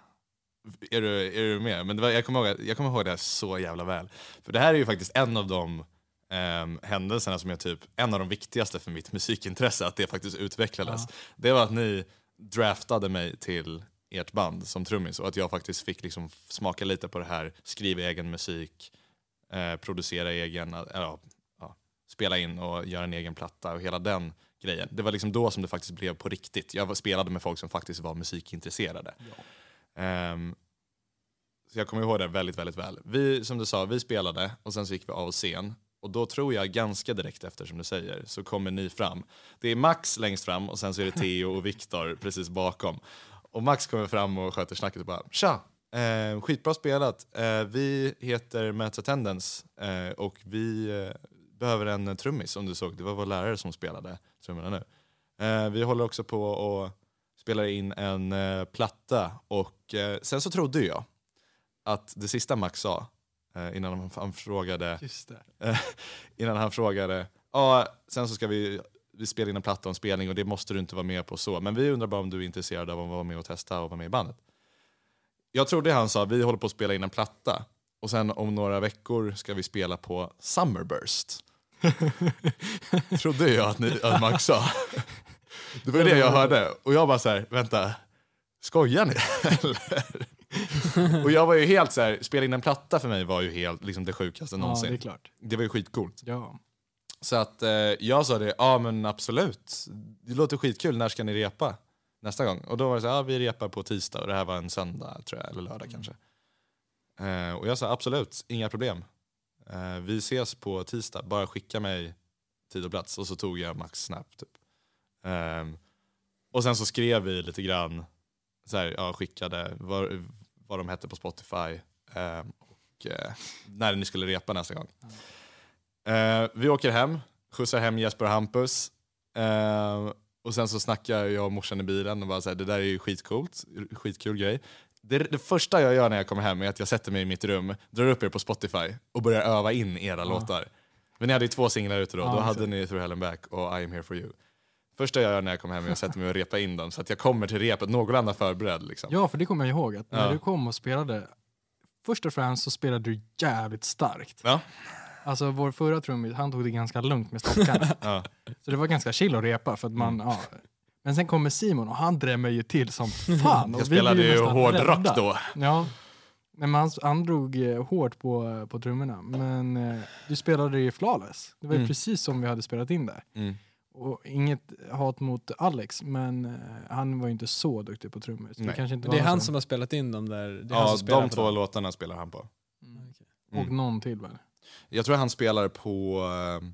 Är du, är du med? Men det var, jag, kommer ihåg, jag kommer ihåg det här så jävla väl. För det här är ju faktiskt en av de ehm, händelserna som är typ en av de viktigaste för mitt musikintresse, att det faktiskt utvecklades. Det var att ni draftade mig till ert band som trummis och att jag faktiskt fick liksom smaka lite på det här, skriva egen musik, eh, producera egen, eh, ja, ja, spela in och göra en egen platta och hela den grejen. Det var liksom då som det faktiskt blev på riktigt. Jag var- spelade med folk som faktiskt var musikintresserade. Ehm, så jag kommer ihåg det väldigt, väldigt väl. Vi, som du sa, vi spelade och sen så gick vi av scen. Och Och då tror jag ganska direkt efter som du säger så kommer ni fram. Det är Max längst fram och sen så är det Theo och Viktor precis bakom. Och Max kommer fram och sköter snacket och bara “Tja! Eh, skitbra spelat. Eh, vi heter Match Attendance eh, och vi eh, behöver en eh, trummis som du såg. Det var vår lärare som spelade trummorna nu. Eh, vi håller också på och spelar in en eh, platta och eh, sen så trodde jag att det sista Max sa eh, innan han, han frågade
Just det.
innan han frågade. Ja, sen så ska vi, vi spela in en platta om spelning och det måste du inte vara med på så. Men vi undrar bara om du är intresserad av att vara med och testa och vara med i bandet. Jag trodde han sa, vi håller på att spela in en platta och sen om några veckor ska vi spela på Summerburst. Trodde jag att, ni, att Max sa. Det var ju det jag hörde och jag bara så här, vänta, skojar ni eller? Och jag var ju helt så här, spela in en platta för mig var ju helt liksom det sjukaste
Ja,
någonsin.
det är klart.
Det var ju skitcoolt.
Ja.
Så att eh, jag sa det, ja men absolut. Det låter skitkul, när ska ni repa? Nästa gång. Och då var det så här, ja vi repar på tisdag och det här var en söndag tror jag, eller lördag kanske. Eh, och jag sa absolut, inga problem. Eh, vi ses på tisdag, bara skicka mig tid och plats. Och så tog jag Max Snap typ. Ehm, och sen så skrev vi lite grann, så här, ja, skickade vad, vad de hette på Spotify. ehm, och eh, när ni skulle repa nästa gång. Eh, vi åker hem, skjutsar hem Jesper och Hampus. Eh, och sen så snackar jag och morsan i bilen och bara så här, det där är ju skitcoolt, skitkul grej. Det, det första jag gör när jag kommer hem är att jag sätter mig i mitt rum, drar upp er på Spotify och börjar öva in
Ah.
era låtar. Men ni hade ju två singlar ute då,
Ja,
då
exakt.
hade ni Through Hell and Back och I am here for you. Första jag gör när jag kommer hem är att sätta mig och repa in dem så att jag kommer till repet någorlunda förberedd. Liksom.
ja, för det kommer jag ihåg att när
Ja.
du kom och spelade, först och främst så spelade du jävligt starkt.
Ja.
Alltså vår förra trummis, han tog det ganska lugnt med stockarna.
Ja. Mm.
Så det var ganska chill att repa för att man, ja. Men sen kommer Simon och han drämmer ju till som fan. och
Jag
vi blir
spelade ju
nästan
hårdrock
rädda.
då.
Ja. Nej, Men han, han drog eh, hårt på, på trummorna. Men eh, du spelade ju flawless. Det var ju
Mm.
precis som vi hade spelat in det.
Mm.
Och inget hat mot Alex, men eh, han var ju inte så duktig på trummor. Så det,
Nej.
kanske inte var
Det är han
så-
som har spelat in dem där. Det är han
Ja,
som spelar
de
på
två
dem.
låtarna spelar han på.
Mm.
Mm.
Och någon till väl?
Jag tror han spelar på eh,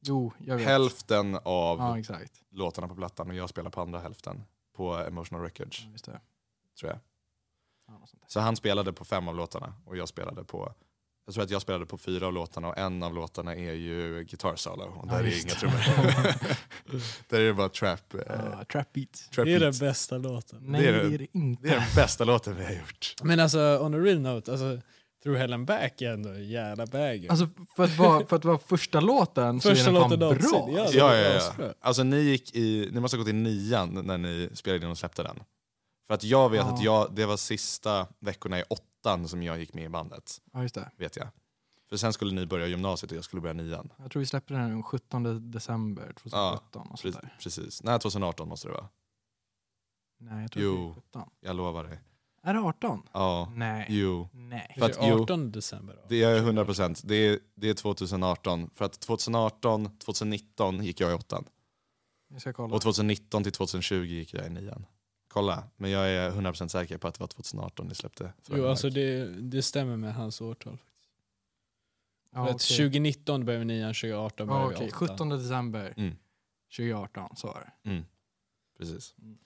Jo, jag vet.
hälften av
Ja, exakt.
låtarna på plattan och jag spelar på andra hälften på Emotional Records
Ja, Just det.
tror jag.
Ja, något sånt där.
Så han spelade på fem av låtarna och jag spelade på jag tror att jag spelade på fyra av låtarna och en av låtarna är ju gitarrsolo och
Ja,
där är är
just
inga
det.
trummor. där är det bara trap. Eh,
Ja, Ah, trap beat.
trap
Det är
beats.
den bästa låten.
Nej, det
är
är
det-
det, inte.
det är den bästa låten vi har gjort.
Men alltså, on a real note, alltså, Through Hell and Back är ändå en jävla banger.
Alltså för att vara, för att vara första låten så
Första
är den fan
låten någonsin,
bra.
ja. det
Ja,
var
ja, ja.
asbra.
Alltså ni gick i, ni måste ha gått i nian när ni spelade in och släppte den. För att jag vet
Ja.
att jag, det var sista veckorna i åttan som jag gick med i bandet,
Ja, just det.
vet jag. För sen skulle ni börja gymnasiet och jag skulle börja nian.
Jag tror vi släppte den den 17 december 2017. och sånt
Precis.
där.
precis. Nej, 2018 måste det vara.
Nej, jag tror
Jo.
att det är 17.
Jag lovar dig.
Är det 18?
Ja,
Nej.
jo.
Nej.
För att-
det är 18 december. då.
Det är 100 procent. Det är, det är 2018. För att 2018, 2019 gick jag i åttan.
Jag ska kolla.
Och 2019 till 2020 gick jag i nian. Kolla, men jag är 100 procent säker på att det var 2018 ni släppte.
Jo, alltså det, det stämmer med hans årtal.
ja,
För
okej.
att 2019 började vi nian, 2018
ja,
började vi
okej.
åttan.
17 december
Mm.
2018, så var det.
Precis.
Mm.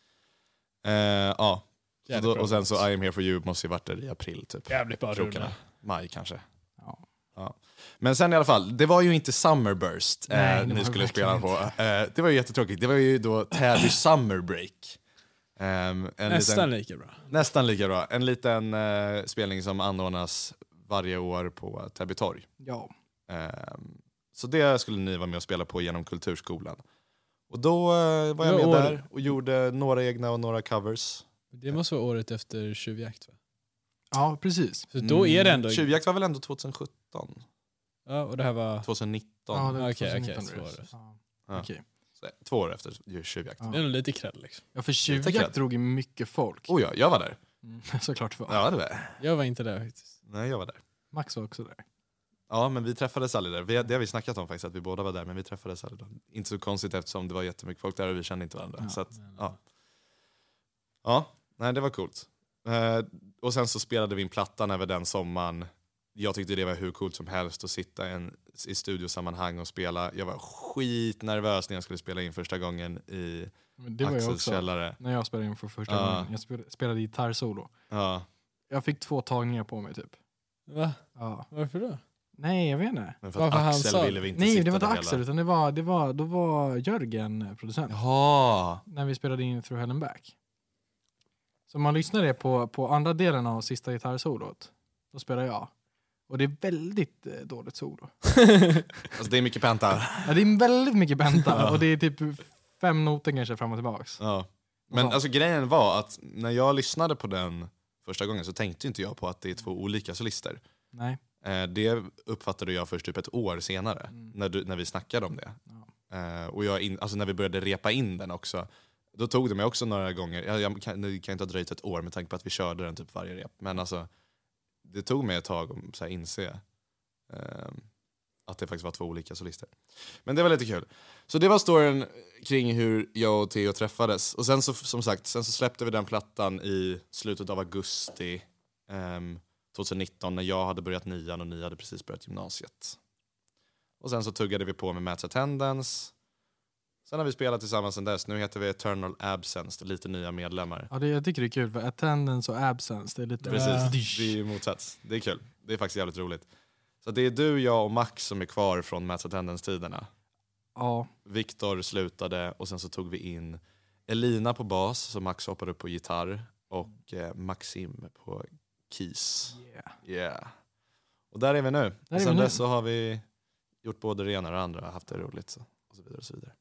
Eh, ja, och,
Jävligt
då,
bra
Alltså, och sen så
låt.
I am here for you måste ju varit där i april typ.
Jävligt bra
Krokarna.
rulle.
Maj kanske.
Ja.
Men sen i alla fall, det var ju inte Summerburst
Nej,
eh, ni
det var
skulle
verkligen
spela på. Eh, det var ju jättetråkigt. Det var ju då Täby Summer Break. Ehm, en Liten,
Nästan lika bra.
nästan lika bra. En liten eh, spelning som anordnas varje år på Täby torg.
ja.
Ehm, så det skulle ni vara med och spela på genom Kulturskolan. Och då eh, var jag
Ja,
med
och-
där och gjorde några egna och några covers.
Det måste vara året efter Tjuvjakt va?
Ja, precis.
Så då
Mm,
är det ändå...
Tjuvjakt var väl ändå 2017?
Ja, och det här var...
2019?
Ja, det var
Okej, okej,
2019
så
det.
var det.
Ja.
Ja.
Okej.
Så, eh, två år efter tjuvjakt.
Ja.
Det är nog lite cred liksom.
Ja, för
tänker jag.
tjuvjakt drog ju mycket folk.
Oh ja, jag var där.
Mm, Såklart det var.
Ja, det var jag.
Jag var inte där faktiskt.
Nej, jag var där.
Max var också där.
Ja, men vi träffades aldrig där. Vi, det har vi snackat om faktiskt, att vi båda var där, men vi träffades aldrig där. Inte så konstigt eftersom det var jättemycket folk där och vi kände inte varandra.
Ja.
Så att, ja. ja, nej det var coolt. Eh, och sen så spelade vi in plattan över den sommaren Jag tyckte det var hur coolt som helst att sitta i en, i studiosammanhang och spela. Jag var skitnervös när jag skulle spela in första gången i
Men det var jag
Axels
också.
källare.
När jag spelade in för första
Ja.
gången. Jag spelade, spelade gitarrsolo.
Ja,
Jag fick två tagningar på mig typ.
eh, Va?
Ja.
Varför då?
Nej, jag vet inte.
men för att
Varför han
Axel
sa-
ville vi inte
Nej,
sitta
det var inte
där
Axel,
hela.
utan det var, det var, då var Jörgen eh, producent.
Jaha,
När vi spelade in Through Hell and Back. Så om man lyssnar det på, på andra delen av sista gitarrsolot, då spelar jag. Och det är väldigt eh, dåligt solo.
alltså, det är mycket penta.
Ja, det är väldigt mycket benta
Ja.
och det är typ fem noter kanske fram och tillbaks.
Ja. Men
Ja.
alltså grejen var att när jag lyssnade på den första gången så tänkte inte jag på att det är två olika solister.
Nej.
Eh, det uppfattade jag först typ ett år senare
Mm.
när, du, när vi snackade om det. Eh, och jag in, alltså när vi började repa in den också. Då tog det mig också några gånger, jag, jag kan, det kan inte ha dröjt ett år med tanke på att vi körde den typ varje rep. Men alltså, det tog mig ett tag att så här, inse ehm, att det faktiskt var två olika solister. Men det var lite kul. Så det var storyn kring hur jag och Theo träffades. Och sen så, som sagt, sen så släppte vi den plattan i slutet av augusti ehm, 2019 när jag hade börjat nian och ni hade precis börjat gymnasiet. Och sen så tuggade vi på med Mats Attendance. Sen har vi spelat tillsammans sen dess. Nu heter vi Eternal Absence, lite nya medlemmar.
Ja, det, jag tycker det är kul för attendance och absence, det är lite...
Ja.
Precis, det är motsats. Det är kul. Det är faktiskt jävligt roligt. Så det är du, jag och Max som är kvar från Mats Attendance-tiderna.
Ja,
Viktor slutade och sen så tog vi in Elina på bas, så Max hoppade upp på gitarr och eh, Maxim på keys.
yeah.
Yeah. Och där är vi nu.
är
och
vi
sen
nu.
dess så har vi gjort både det ena och det andra, haft det roligt så, och så vidare. och så vidare.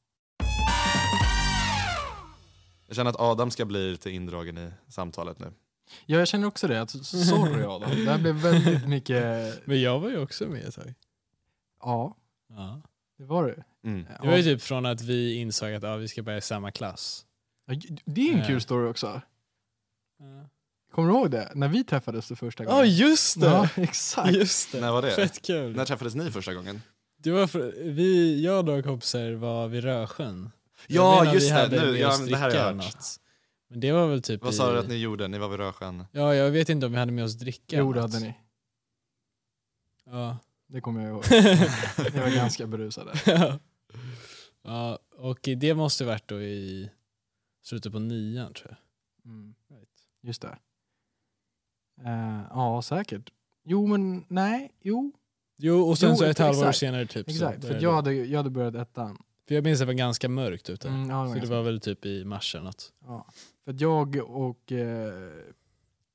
Jag känner att Adam ska bli lite indragen i samtalet nu.
ja jag känner också det. Att, sorry Adam, det här blev väldigt mycket...
Men jag var ju också med ett tag.
Ja,
Ja.
det var det.
Mm.
Det var ju typ från att vi insåg att ja, vi ska börja i samma klass.
Ja, det är en kul story också. Kommer du ihåg det? När vi träffades för första
Ja,
gången.
just det!
Ja, exakt.
Just det.
När var det?
Fett kul.
När träffades ni första gången?
Det var för, vi, jag och några kompisar var vid Rösjön.
Ja,
Jag menar,
just
vi
det.
hade
Nu-
med
ja,
oss
men det här har
dricka
jag
eller
hört.
något. Men det var väl typ
Vad
i,
sa du att ni gjorde? Ni var vid Rösjön.
Ja, jag vet inte om vi hade med oss dricka. eller
Jo, det
något.
hade ni.
Ja.
Det kommer jag ihåg. Ni var ganska berusade.
ja, och det måste varit då i slutet på nian tror jag.
Mm. Just det. Eh, ja, säkert. Jo, men nej. Jo,
Jo, och sen
Jo,
så ett
exakt.
halvår senare typ.
exakt.
Så
För
började-
att jag hade, jag hade börjat ettan.
för jag minns att det var ganska mörkt ute.
Mm, ja, det var
så det
ganska-
var väl typ i mars eller något.
ja. För att jag och eh,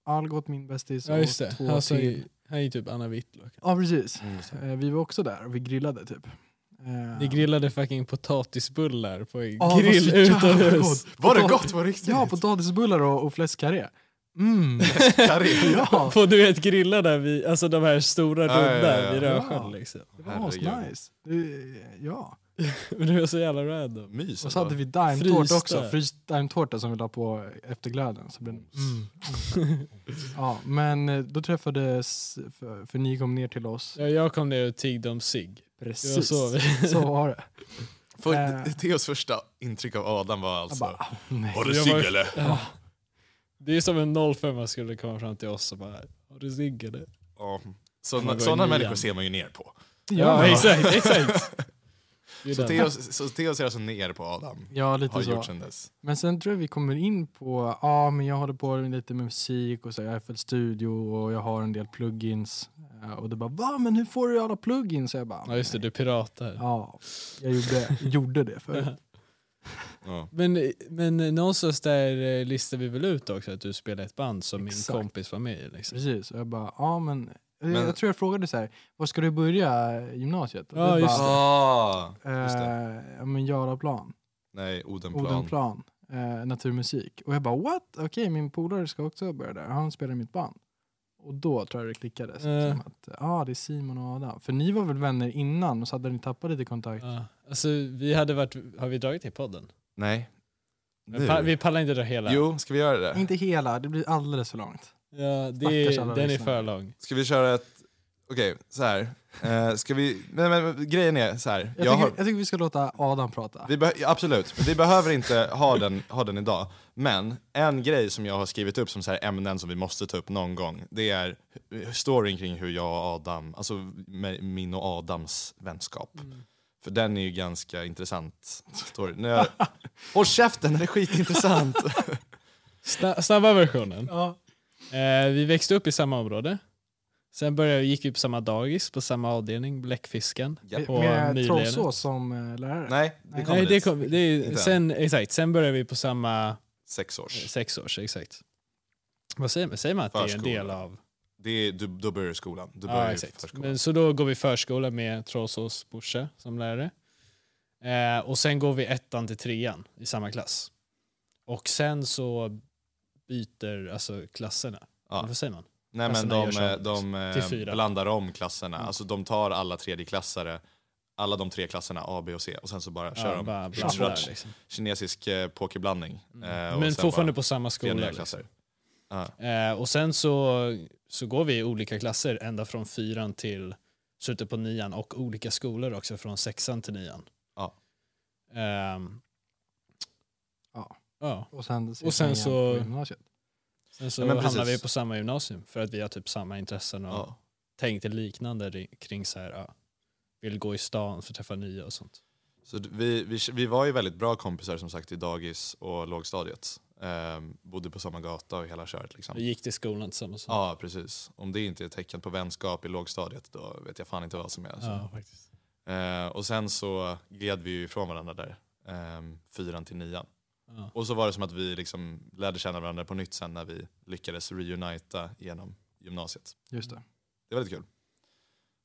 Algot, min bästis,
Ja
och
just det,
två
han, sa
till.
ju, han är typ Anna Whitlock.
Ja, precis.
Mm, just det.
Eh, vi var också där och vi grillade typ. Eh,
Ni grillade fucking potatisbullar på en
ja, det var så
grill
jävla
utomhus.
gott.
Var det
Potat-
gott på riktigt?
Ja, potatisbullar och, och fläskkarré. Mm.
Fläskkarré?
ja,
På du vet grillar där vi, alltså de här stora
Ja, ja,
runda
ja, ja.
vid Rösjön
Ja.
liksom.
det var
Herregud.
asnice. Det- eh, Ja.
Men det var så jävla random.
Mys
Och så
ändå.
hade vi daimtårta
Frysta.
också. Fryst daimtårta som vi la på efter glöden. Så blev det...
Mm.
ja, men eh, då träffades, för, för ni kom ner till oss.
Ja, jag kom ner och tiggde om cigg. Det var
Precis.
så
Så,
vi...
var det.
För,
Eh.
Theos första intryck av Adam var
Jag
alltså...
bara, ah, nej.
Har du
"Äh." Jag
cigg
var-
eller?
Ja. Det är som en 05 man skulle komma fram till oss och bara Har du cigg eller?
Ja.
Han var
Sådana,
i
sådana
nian.
människor ser man ju ner på.
Ja,
Ja,
exakt, exakt. Det är
Så
den.
Theo, så Theo ser alltså ner på Adam.
ja, lite
Har
så.
gjort sen dess.
Men sen tror jag vi kommer in på, ja men jag håller på lite med musik och så, jag har FL Studio och jag har en del plugins. Eh, Och du bara, va men hur får du alla plugins? Så jag bara,
Ja just det, du piratar.
Ja, jag gjorde, gjorde det förut.
Ja.
Men, men någonstans där eh, listar vi väl ut också att du spelar ett band som
Exakt.
min kompis var med i. Liksom.
Precis, och jag bara, ja men, eh,
Men-
jag tror jag frågade så här, var ska du börja gymnasiet? Och
Ja,
du
just det.
Ah,
bara,
just det.
eh, ja men Jaraplan,
Nej, Odenplan.
Odenplan, eh, naturmusik. Och jag bara, what? Okej, min polare ska också börja där, han spelar i mitt band. Och då tror jag det klickade. Så
Eh.
liksom att, ja, det är Simon och Adam. För ni var väl vänner innan och så hade ni tappat lite kontakt.
Ja. Alltså, vi hade varit, har vi dragit i podden?
Nej.
Men Pa, vi pallar inte dra hela.
Jo, ska vi göra det?
Inte hela, det blir alldeles för långt.
Ja, det
Stackars
är,
alla
den är
lyssnare.
för lång.
Ska vi köra ett... Okej, Okej, så här. Eh, ska vi... Nej, men, grejen är så här.
Jag,
jag
tycker,
har-
jag tycker vi ska låta Adam prata.
Vi beh- ja, absolut, vi behöver inte ha den, ha den idag. Men en grej som jag har skrivit upp som så här ämnen som vi måste ta upp någon gång, det är hu- storyn kring hur jag och Adam, alltså me- min och Adams vänskap.
Mm.
För den är ju ganska intressant. Story. När jag... Håll käften, den är skitintressant!
Sna- Snabba versionen.
Ja.
Eh, vi växte upp i samma område. Sen började, vi- gick vi på samma dagis, på samma avdelning, Bläckfisken.
Japp.
På
Med
Myrledet.
Trolsås som eh, lärare.
Nej, det kommer
Nej, det
dit.
kom, det är,
Inte
sen, exakt, sen började vi på samma eh,
Sex års.
sex års, exakt. Vad säger man? Säger man att det är en del
Förskola.
av...
Det är, du, då börjar du i skolan. Du börjar
Ja,
i
exakt.
förskolan.
Men, så då går vi förskola med Trolsås Borsa som lärare. Eh, och sen går vi ettan till trean i samma klass. Och sen så byter alltså klasserna.
Ja.
Vad säger man?
Nej men
Klasserna
de,
gör så.
eh, de eh,
Till fyra.
blandar om klasserna.
Mm.
Alltså de tar alla tredjeklassare, alla de tre klasserna A, B och C och sen så bara kör de
bara
kör
blandar,
de
liksom.
kinesisk eh, pokerblandning. eh, och
Men
sen
fortfarande
bara
på samma
tre
skola.
nya
liksom.
klasser. Ja.
Eh, och sen så, så går vi i olika klasser ända från fyran till slutet på nian och olika skolor också från sexan till nian.
Ja.
Ehm,
Ja.
ja.
Och sen, ses
Och sen
ni igen
så-
på gymnasiet.
Sen så
Ja, men
hamnar
precis.
vi på samma gymnasium för att vi har typ samma intressen och
Ja.
tänkte liknande ri- kring så här, ja, vill gå i stan för att träffa nya och sånt.
Så d- vi, vi, vi var ju väldigt bra kompisar som sagt i dagis och lågstadiet. Eh, bodde på samma gata och hela köret liksom.
Vi gick till skolan tillsammans.
Ja precis. Om det inte är tecken på vänskap i lågstadiet då vet jag fan inte vad som är. Så.
ja faktiskt.
Eh, och sen så gled vi ju ifrån varandra där, ehm, fyran till nian.
Ja.
Och så var det som att vi liksom lärde känna varandra på nytt sen när vi lyckades reunita genom gymnasiet.
Just det.
Det var lite kul.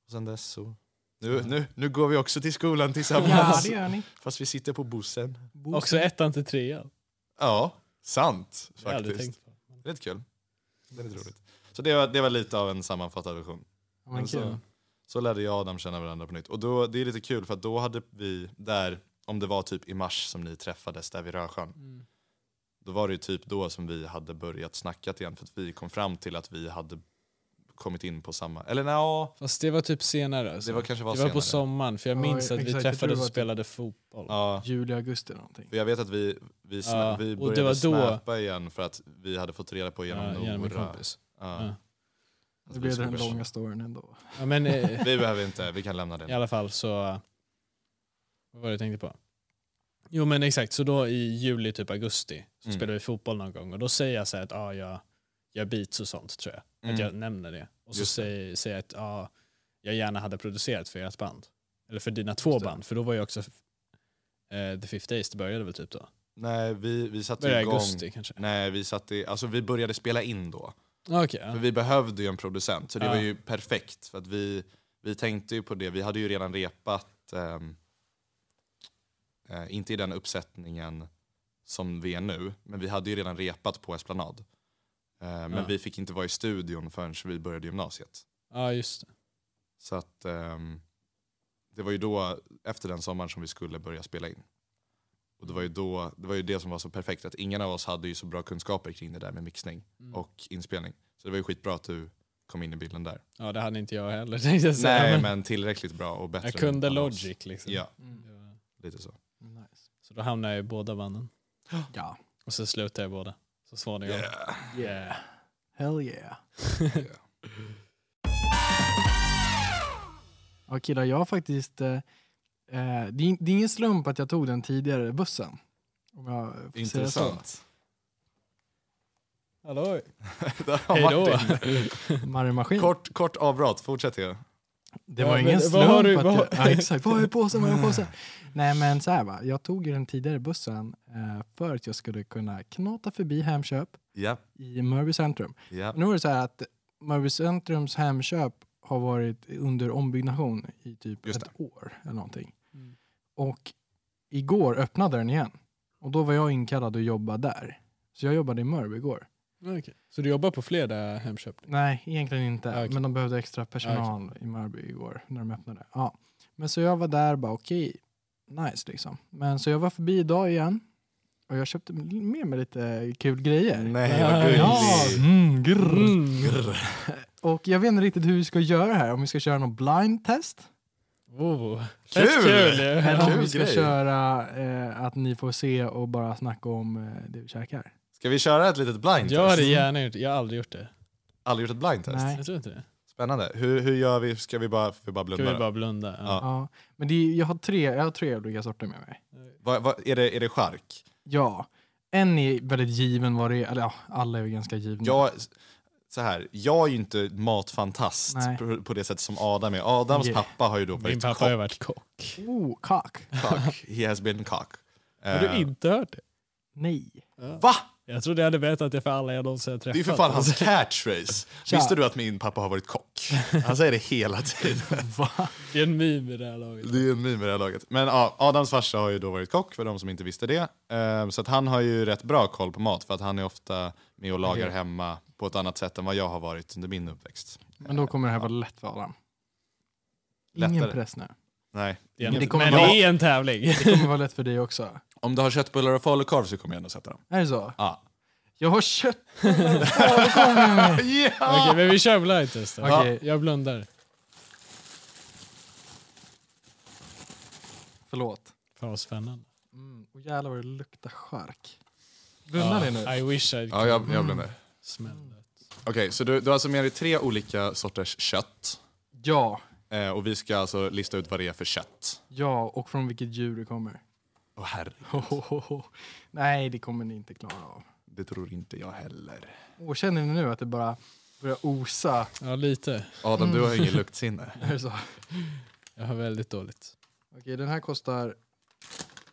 Och sen dess så... Nu, nu, nu går vi också till skolan
Ja,
tillsammans.
det gör ni.
Fast vi sitter på bussen.
Också ettan till trean.
Ja, sant
Det har jag aldrig
faktiskt.
tänkt på.
Det är lite kul. Det är lite roligt. Så det var, det var lite av en sammanfattad version.
Ja, men
Alltså,
kul.
Så lärde jag och Adam känna varandra på nytt. Och då, det är lite kul för att då hade vi där, om det var typ i mars som ni träffades där vid Rösjön,
Mm.
då var det ju typ då som vi hade börjat snacka igen för att vi kom fram till att vi hade kommit in på samma, eller nja,
Fast det var typ senare. Alltså.
det var kanske var
Det var på
senare.
sommaren, för jag
Ja,
minns att vi
exakt, jag tror det
träffades
var
och
typ-
spelade fotboll.
Ja,
Juli, augusti eller någonting.
för jag vet att vi, vi, sna-
Ja,
vi
och det
började
var då-
snappa igen för att vi hade fått reda på
Ja,
genom
genom min
Nora.
kompis.
Ja. Alltså,
Ja.
Att
Det
vi
blev
skulle
den
börja-
långa storyn ändå.
Ja, men, eh,
Vi behöver inte, vi kan lämna
I
det.
alla fall så... Vad var det jag tänkte på? Jo men exakt, så då i juli, typ augusti, så
Mm.
spelar vi fotboll någon gång och då säger jag så här att ah, jag gör beats och sånt tror jag. Att
Mm.
jag nämner det. Och så
Just det.
säger, säger jag att ah, jag gärna hade producerat för ert band. Eller för dina två
Just det.
band, för då var jag också... Eh, The Fifth Days, det började väl typ då?
Nej, vi, vi satte
Började i
igång.
augusti kanske?
Nej, vi satte, alltså vi började spela in då.
Ah, Okej, ja.
För vi behövde ju en producent, så det
Ja.
var ju perfekt. För att vi, vi tänkte ju på det, vi hade ju redan repat, ehm, eh, inte i den uppsättningen som vi är nu, men vi hade ju redan repat på Esplanad. Eh, men
Ja.
vi fick inte vara i studion förrän vi började gymnasiet.
Ja, just det.
Så att ehm, det var ju då, efter den sommaren, som vi skulle börja spela in. Och det var ju då, det var ju det som var så perfekt, att ingen av oss hade ju så bra kunskaper kring det där med mixning
Mm.
och inspelning. Så det var ju skitbra att du kom in i bilden där.
Ja, det hade inte jag heller tänkte jag säga.
Nej,
men
men tillräckligt bra och bättre.
jag
än
kunde
alla oss.
Logic liksom.
Ja,
Det var-
lite så.
Nice.
Så då hamnade jag i båda banden.
Ja.
Och så slutade jag båda. Så småningom.
Yeah.
Yeah.
Hell yeah. Ja killar, jag har faktiskt... Eh, eh, det, är, det är ingen slump att jag tog den tidigare bussen. Om jag får säga
Intressant.
Halloj!
Där har
Hej då!
Martin.
så. Marre Maskin.
Kort, kort avbrott, fortsätt ju.
Det
Ja,
var
men
ingen
vad
slump
har du-
att
vad har-
jag... Ja, exakt. Vad har jag i påsen? Vad har jag i påsen? Nej men så här va, jag tog ju den tidigare bussen eh, för att jag skulle kunna knata förbi Hemköp
Ja,
i Mörby centrum.
ja.
Nu är det så här att Mörby Centrums Hemköp har varit under ombyggnation i typ
Just
ett år eller någonting.
Mm.
Och igår öppnade den igen. Och då var jag inkallad att jobba där. Så jag jobbade i Mörby igår.
Okej. Så du jobbar på flera Hemköp?
Nej, egentligen inte.
Ah, okej.
Men de behövde extra personal i Mörby igår när de öppnade. Ja. Men så jag var där bara okej, nice liksom. Men så jag var förbi idag igen. Och jag köpte med mig lite kul grejer.
Nej, vad gulligt.
ja, mm, grr.
Mm.
Och jag vet inte riktigt hur vi ska göra här. Om vi ska köra någon blind test.
Oh.
Kul!
Fett kul! ju.
Eller om
kul
vi ska
grej.
köra eh, att ni får se och bara snacka om eh, det vi käkar.
Ska vi köra ett litet blind
Jag hade
test?
gärna gjort det. Jag har aldrig gjort det.
Aldrig gjort ett blind test?
Nej.
Jag tror inte det.
Spännande. Hur, hur gör vi? Ska vi bara, får vi bara
Ska
blunda?
vi
då?
bara blunda?
Ja.
Ja. Men det är, jag, har tre, jag har tre olika sorter med mig.
Vad- vad- är, det, är det chark?
Ja. En är väldigt given vad det är. Eller ja, alla är ju ganska
Mm.
givna.
Jag, så här, jag är ju inte matfantast
Nej.
på, på det sätt som Adam är. Adams
Yeah.
pappa har ju då
Min
varit
pappa har ju varit kock.
Oh, kak.
cock. He has been cock.
Har du
Eh,
inte hört det?
Nej.
Va?
Jag trodde jag hade berättat det för alla jag någonsin har träffat.
Det är ju för fan hans catchphrase.
Tja.
Visste du att min pappa har varit kock? Han säger det hela tiden.
Det är en meme i det här laget.
Det är en meme i det här laget. Men ja, Adams farsa har ju då varit kock för de som inte visste det. Ehm, så att han har ju rätt bra koll på mat för att han är ofta med och lagar
Okej.
hemma på ett annat sätt än vad jag har varit under min uppväxt.
Men då kommer det här vara lätt för Adam. Ingen
Lättare.
press nu.
Nej.
Det är en,
Det kommer
men
vara-
det är en tävling.
Det kommer vara lätt för dig också.
Om du har köttbullar och falukorv så kommer jag ändå sätta dem.
Är det så?
Ja.
Jag har kött. Ja, det kommer jag med.
Ja!
Okej, men vi kör blind test då.
Okej,
Jag blundar.
förlåt.
Fan vad spännande.
Mm. Och jävlar vad det luktar chark. Blundar ni nu?
I wish I
Ja, jag, jag blev med.
smällde.
Okej, så du, du har alltså med dig tre olika sorters kött.
Ja.
Eh, och vi ska alltså lista ut vad det är för kött.
Ja, och från vilket djur det kommer.
Åh herre,
Hohoho. Nej, det kommer ni inte klara av.
det tror inte jag heller.
Och känner ni nu att det bara börjar osa?
Ja, lite.
Adam, du har ju ingen luktsinne.
Är det så?
Jag har väldigt dåligt.
Okej, den här kostar...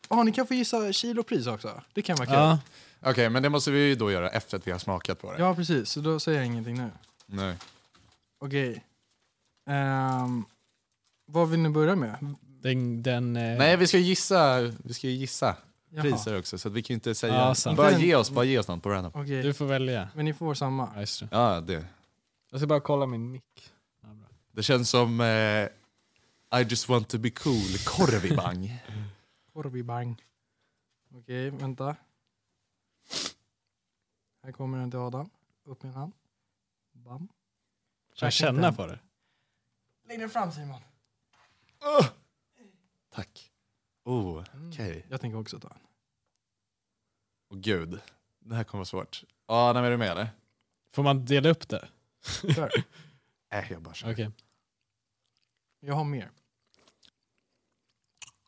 Ja, ni kan få gissa kilopris också. Det kan vara kul. Ja,
Ja,
Okej, men det måste vi ju då göra efter att vi har smakat på det.
precis. Så då säger jag ingenting nu.
Nej.
Okej. Ehm, vad vill ni börja med?
den... den eh,
Nej, vi ska gissa, vi ska ju gissa
Jaha.
priser också. Så att vi kan ju inte säga...
Ja, sant.
bara,
Inte en-
ge oss, bara ge oss något på random.
Okej,
Du får välja.
men ni får samma.
Nice.
Ja, det.
Jag ska bara kolla min mick.
det känns som eh, I just want to be cool, korvibang.
Korvibang. Okej, vänta. Här kommer den till Adam. Upp med en hand. Bam.
Kan jag känna på det?
Lägg den fram Simon.
Åh! Tack. Oh,
Mm.
okej.
Jag tänker också ta den.
Åh gud, det här kommer vara svårt. Ja, ah, är du med eller?
Får man dela upp det?
Kör.
Nej, Äh, jag bara kör.
Okej.
Jag har mer.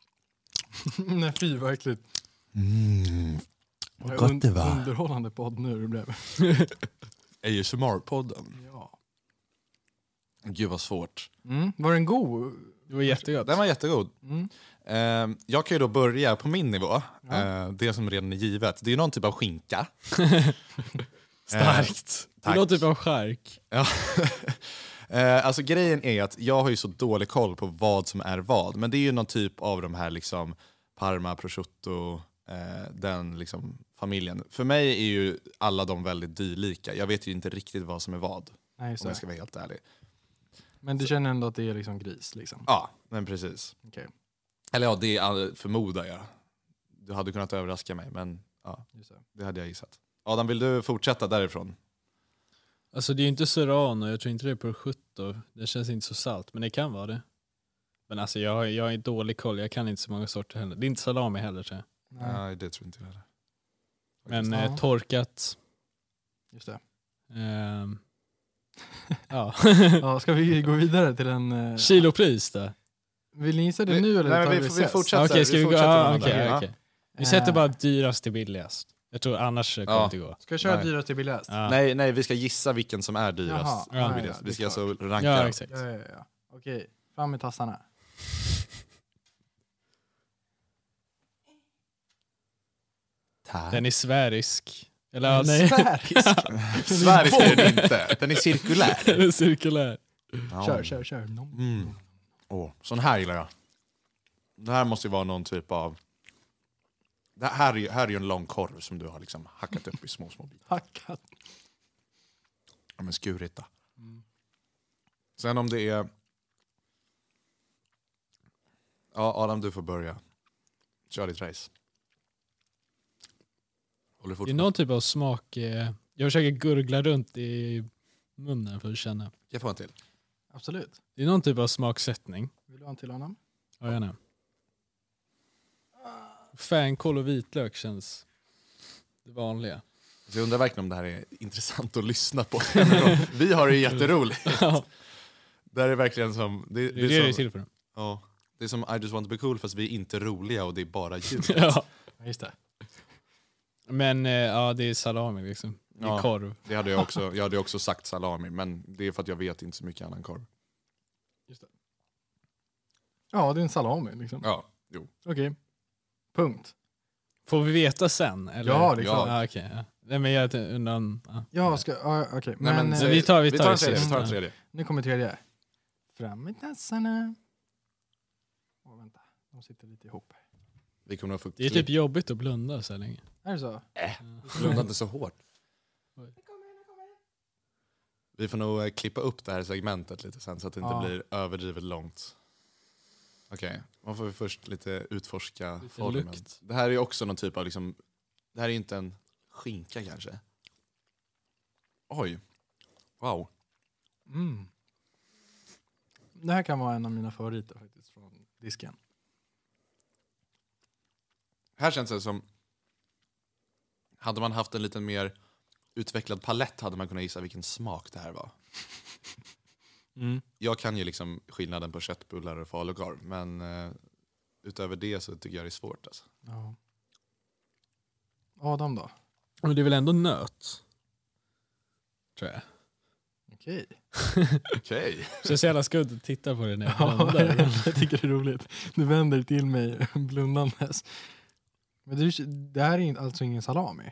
Nej fy vad äckligt.
Mm.
Jag
gott
und-
det var.
Underhållande podd nu det blev.
ASMR-podden.
Ja.
Gud vad svårt.
Mm. Var den god?
Det var jättegott.
Den var jättegod.
Mm.
Eh, jag kan ju då börja på min nivå, eh, det som redan är givet. Det är ju någon typ av skinka. Ehm,
Starkt. det
Eh, tack.
låter typ av skärk.
Ja. Eh, alltså grejen är att jag har ju så dålig koll på vad som är vad. Men det är ju någon typ av de här liksom parma, prosciutto, eh, den liksom familjen. För mig är ju alla de väldigt dylika. Jag vet ju inte riktigt vad som är vad,
Nej, just
om jag
det.
ska vara helt ärlig.
Men du känner ändå att det är liksom gris liksom?
Ja, men precis.
Okej,
Eller ja, det är- förmodar jag. Du hade kunnat överraska mig, men ja,
just det.
det hade jag gissat. Adam, vill du fortsätta därifrån?
Alltså det är ju inte serrano, jag tror inte det är prosciutto. Det känns inte så salt, men det kan vara det. Men alltså jag, har- jag har dålig koll, jag kan inte så många sorter heller. Det är inte salami heller tror jag.
Nej,
det tror inte jag heller.
Men
Ja.
eh, torkat.
just det.
ehm, ja.
Ja, ska vi gå vidare till en... eh,
Kilopris då?
Vill ni gissa det
Vi-
nu eller
nej, men
tar vi
vi, vi
recess?
fortsätter.
Okej, ska vi gå?
fortsätter
Ja,
med den
okej,
där. Ja.
okej. Vi sätter
Eh,
bara dyrast till billigast. Jag tror annars kommer
Ja.
det inte gå.
Ska jag köra
Nej.
dyrast till billigast?
Ja.
Nej, nej, vi ska gissa vilken som är
Jaha,
dyrast.
ja,
Det blir
ja,
det.
det är
vi ska alltså ranka.
Ja,
dem.
exakt.
Ja, ja, ja. Okej, fram med tassarna.
Tack.
Den är sfärisk. Eller ja, nej.
Sfärisk!
Sveriges är den inte. Den är cirkulär.
Den är cirkulär.
kör, kör, kör.
Mm. Åh, sån här gillar jag. Det här måste ju vara någon typ av... Det här är ju, här är ju en lång korv som du har liksom hackat upp i små, små bitar.
Hackat.
Ja, men skurit då. Sen om det är... Ja, Adam, du får börja. Kör ditt race. Håller
Det är
fortfarande.
någon typ av smak. eh, Jag försöker gurgla runt i munnen för att känna.
Kan jag få en till?
Absolut.
Det är någon typ av smaksättning.
Vill du ha en till honom?
Ja, gärna. Fänkål och vitlök känns det vanliga.
Alltså jag undrar verkligen om det här är intressant att lyssna på. Vi har det ju jätteroligt.
Ja,
Det här är verkligen som... Det,
det är det det är
som,
till för.
ja, det är som I just want to be cool fast vi är inte roliga och det är bara ljud.
Ja.
Ja, just det.
Men eh, ja, det är salami liksom. Det är
Ja.
korv.
Det hade jag, också, jag hade också sagt salami men det är för att jag vet inte så mycket annan korv.
Ja, det är en salami liksom.
Ja.
Okej. Punkt.
Får vi veta sen? Eller?
Ja, det är
klart.
Ja, okej, ja. Nej, men jag t- undan... Ja.
Ja, ska, ja, okej.
Nej,
Men,
men
eh,
så-
Nej, vi tar, vi
Vi
tar,
tar en
det
tredje. Vi
sist.
tar en tredje.
nu kommer tredje. Fram med tassarna. Åh, vänta. De sitter lite ihop.
Vi kommer att få
Det är typ jobbigt att blunda så här länge.
Är det så?
Blunda inte så hårt.
Oj.
Vi får nog eh, klippa upp det här segmentet lite sen så att det inte
Ja.
blir överdrivet långt. Okej, då får vi först lite utforska
Lite
formen.
lukt.
Det här är också någon typ av, liksom, det här är inte en skinka kanske. Oj, wow.
Mm. Det här kan vara en av mina favoriter faktiskt från disken.
Här känns det som, hade man haft en lite mer utvecklad palett hade man kunnat gissa vilken smak det här var.
Mm.
jag kan ju liksom skillnaden på köttbullar och falukorv, men eh, utöver det så tycker jag det är svårt. Alltså.
Ja. Adam då?
Men det är väl ändå nöt? Tror jag.
Okej.
Okej.
Känns så jävla skumt att titta på det när jag
Ja, jag,
blundar.
jag tycker det är roligt. Du vänder till mig blundandes. Men du, det här är in- alltså ingen salami?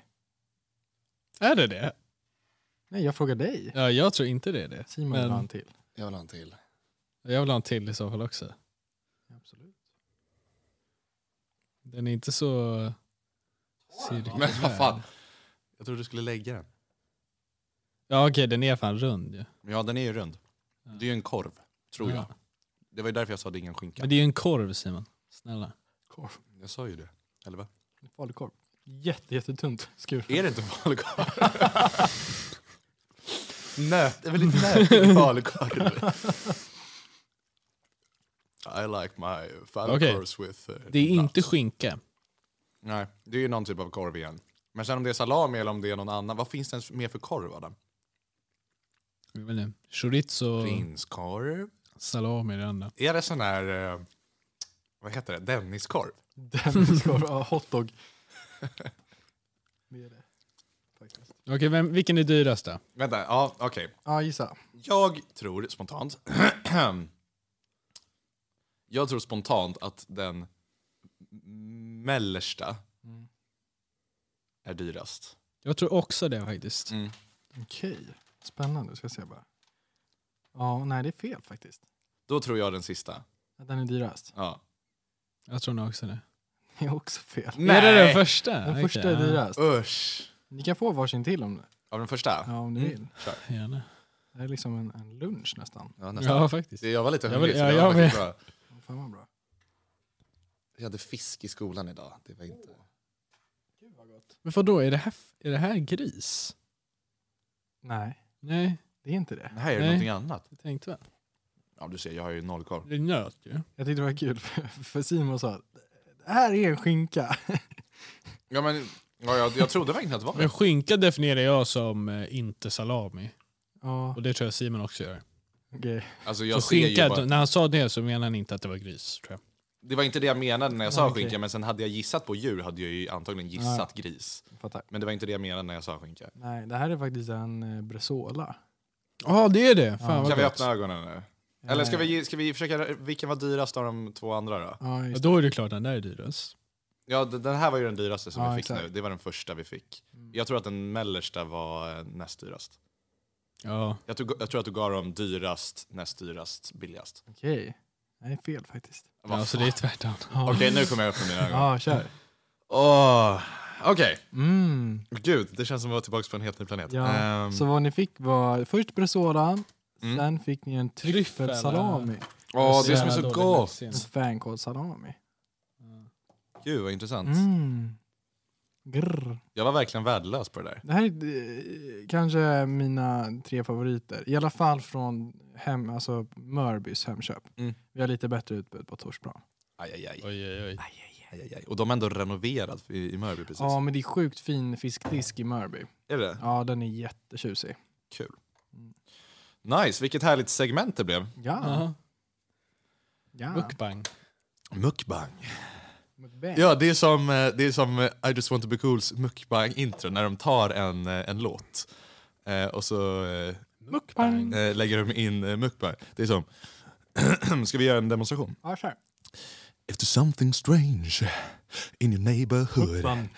Är det det?
Nej, jag frågar dig.
Ja, jag tror inte det är det.
Simon
Men-
vill ha en till.
Jag vill ha en till.
Jag vill ha en till i så fall också.
Absolut.
Den är inte så cirkulär.
Men vad fan. Jag trodde du skulle lägga den.
Ja okej, den är fan rund ju.
Ja, den är ju rund. Det är ju en korv, tror jag.
Ja.
Det var ju därför jag sa det är ingen skinka.
Men det är ju en korv Simon. Snälla.
Korv.
Jag sa ju det. Eller va?
Falukorv. Jätte, jättetunt skur.
Är det inte falukorv? nöt. Det är väl inte nötig falukorv? I like my falukorvs with... eh,
Det är inte
nuts.
skinka.
Nej, det är ju någon typ av korv igen. Men sen om det är salami eller om det är någon annan, vad finns det ens mer för korv Adam?
Jag vet inte. Chorizo,
Prinskorv?
salami är det andra.
Är det sån här, eh, vad heter det, Denniskorv?
Denniskorv. Ja, hotdog. Det är det. Faktiskt.
Okej, vem, vilken är dyrast då?
Vänta, ja okej.
Ja, gissa.
Jag tror spontant, jag tror spontant att den mellersta
Mm.
är dyrast.
Jag tror också det faktiskt.
Mm.
Okej. Spännande. Ska jag se bara. Ja, nej det är fel faktiskt.
Då tror jag den sista.
Att Den är dyrast.
Ja.
Jag tror nog också det.
Det är också fel.
Är det den första?
Den
Okej,
första är
ja.
dyrast.
Usch!
Ni kan få varsin till om,
Av den första?
ja, om ni
Mm.
vill.
Gärna.
Det är liksom en, en lunch nästan.
Ja, nästan.
Ja, faktiskt.
Jag var lite
Jag
hungrig.
vill-
så
ja,
det var
jag
faktiskt bra.
Fan vad bra.
Jag hade fisk i skolan idag. Det var inte...
Gud vad gott.
Men vadå, är det här, är det här gris?
Nej,
Nej,
det är inte det.
Det här är
Nej.
någonting annat.
jag tänkte väl.
Ja, du ser, jag har ju noll koll.
Det är nöt ju.
Jag tyckte det var kul för, för Simon sa det här är en skinka.
Ja, men, ja, jag, jag trodde verkligen att det var
Men
det.
skinka definierar jag som eh, inte salami.
Ja,
Och det tror jag Simon också gör.
okej.
Alltså, jag
så
ser ju
skinka,
bara,
när han sa det så menade han inte att det var gris tror jag.
det var inte det jag menade när jag
Ja,
sa
okej.
skinka, men sen hade jag gissat på djur hade jag ju antagligen gissat gris.
jag Fattar.
Men det var inte det jag menade när jag sa skinka.
Nej, det här är faktiskt en eh, bresola.
Ja det är det! Fan
Ja.
vad
Kan vi
gott.
öppna ögonen nu? Eller ska vi, ge- ska vi försöka, vilken var dyrast av de två andra då?
Eh, Ja,
Ja,
just det.
då är det klart den där är alltså. dyrast.
Ja, d- den här var ju den dyraste som
Ja,
vi fick
exakt.
nu. Det var den första vi fick.
Mm.
Jag tror att den mellersta var eh, näst dyrast.
Ja.
Jag, tog, jag tror att du gav dem dyrast, näst dyrast, billigast.
Mm, Okej. Nej, det är fel faktiskt.
Vad
ja så
fan?
det är tvärtom.
Ja,
Okej, nu kommer jag öppna mina ögon.
ja kör.
Åh, Okej,
Mm.
gud, det känns som att vara tillbaka på en helt ny planet.
Ja,
Ehm,
Så vad ni fick var först bresolan,
Mm.
sen fick ni en tryffelsalami.
åh,
Så
det som är
jävla
så
dålig
gott!
vaccin.
En fänkålssalami.
Gud vad intressant.
Mm. Grr.
Jag var verkligen värdelös på det där.
Det här är eh, kanske mina tre favoriter. I alla fall från hem, alltså Mörbys Hemköp.
Mm.
Vi har lite bättre utbud på Torsplan.
Aj, aj, aj.
Oj, oj, oj.
Aj, aj, aj. Och de har ändå renoverat i, i Mörby precis.
Ja, men det är sjukt fin fiskdisk i Mörby.
Är det det?
Ja, den är jättetjusig.
Kul.
Mm.
Nice, vilket härligt segment det blev.
Ja.
Jaha,
ja.
mukbang.
Mukbang.
Mukbang.
Ja, det är som, eh, det är som eh, I just want to be cools mukbang-intro när de tar en, eh, en låt eh, och så eh,
Mukbang.
eh, lägger de in eh, mukbang. Det är som, ska vi göra en demonstration?
Ja, kör.
If there's something strange in your neighborhood
Mukbang.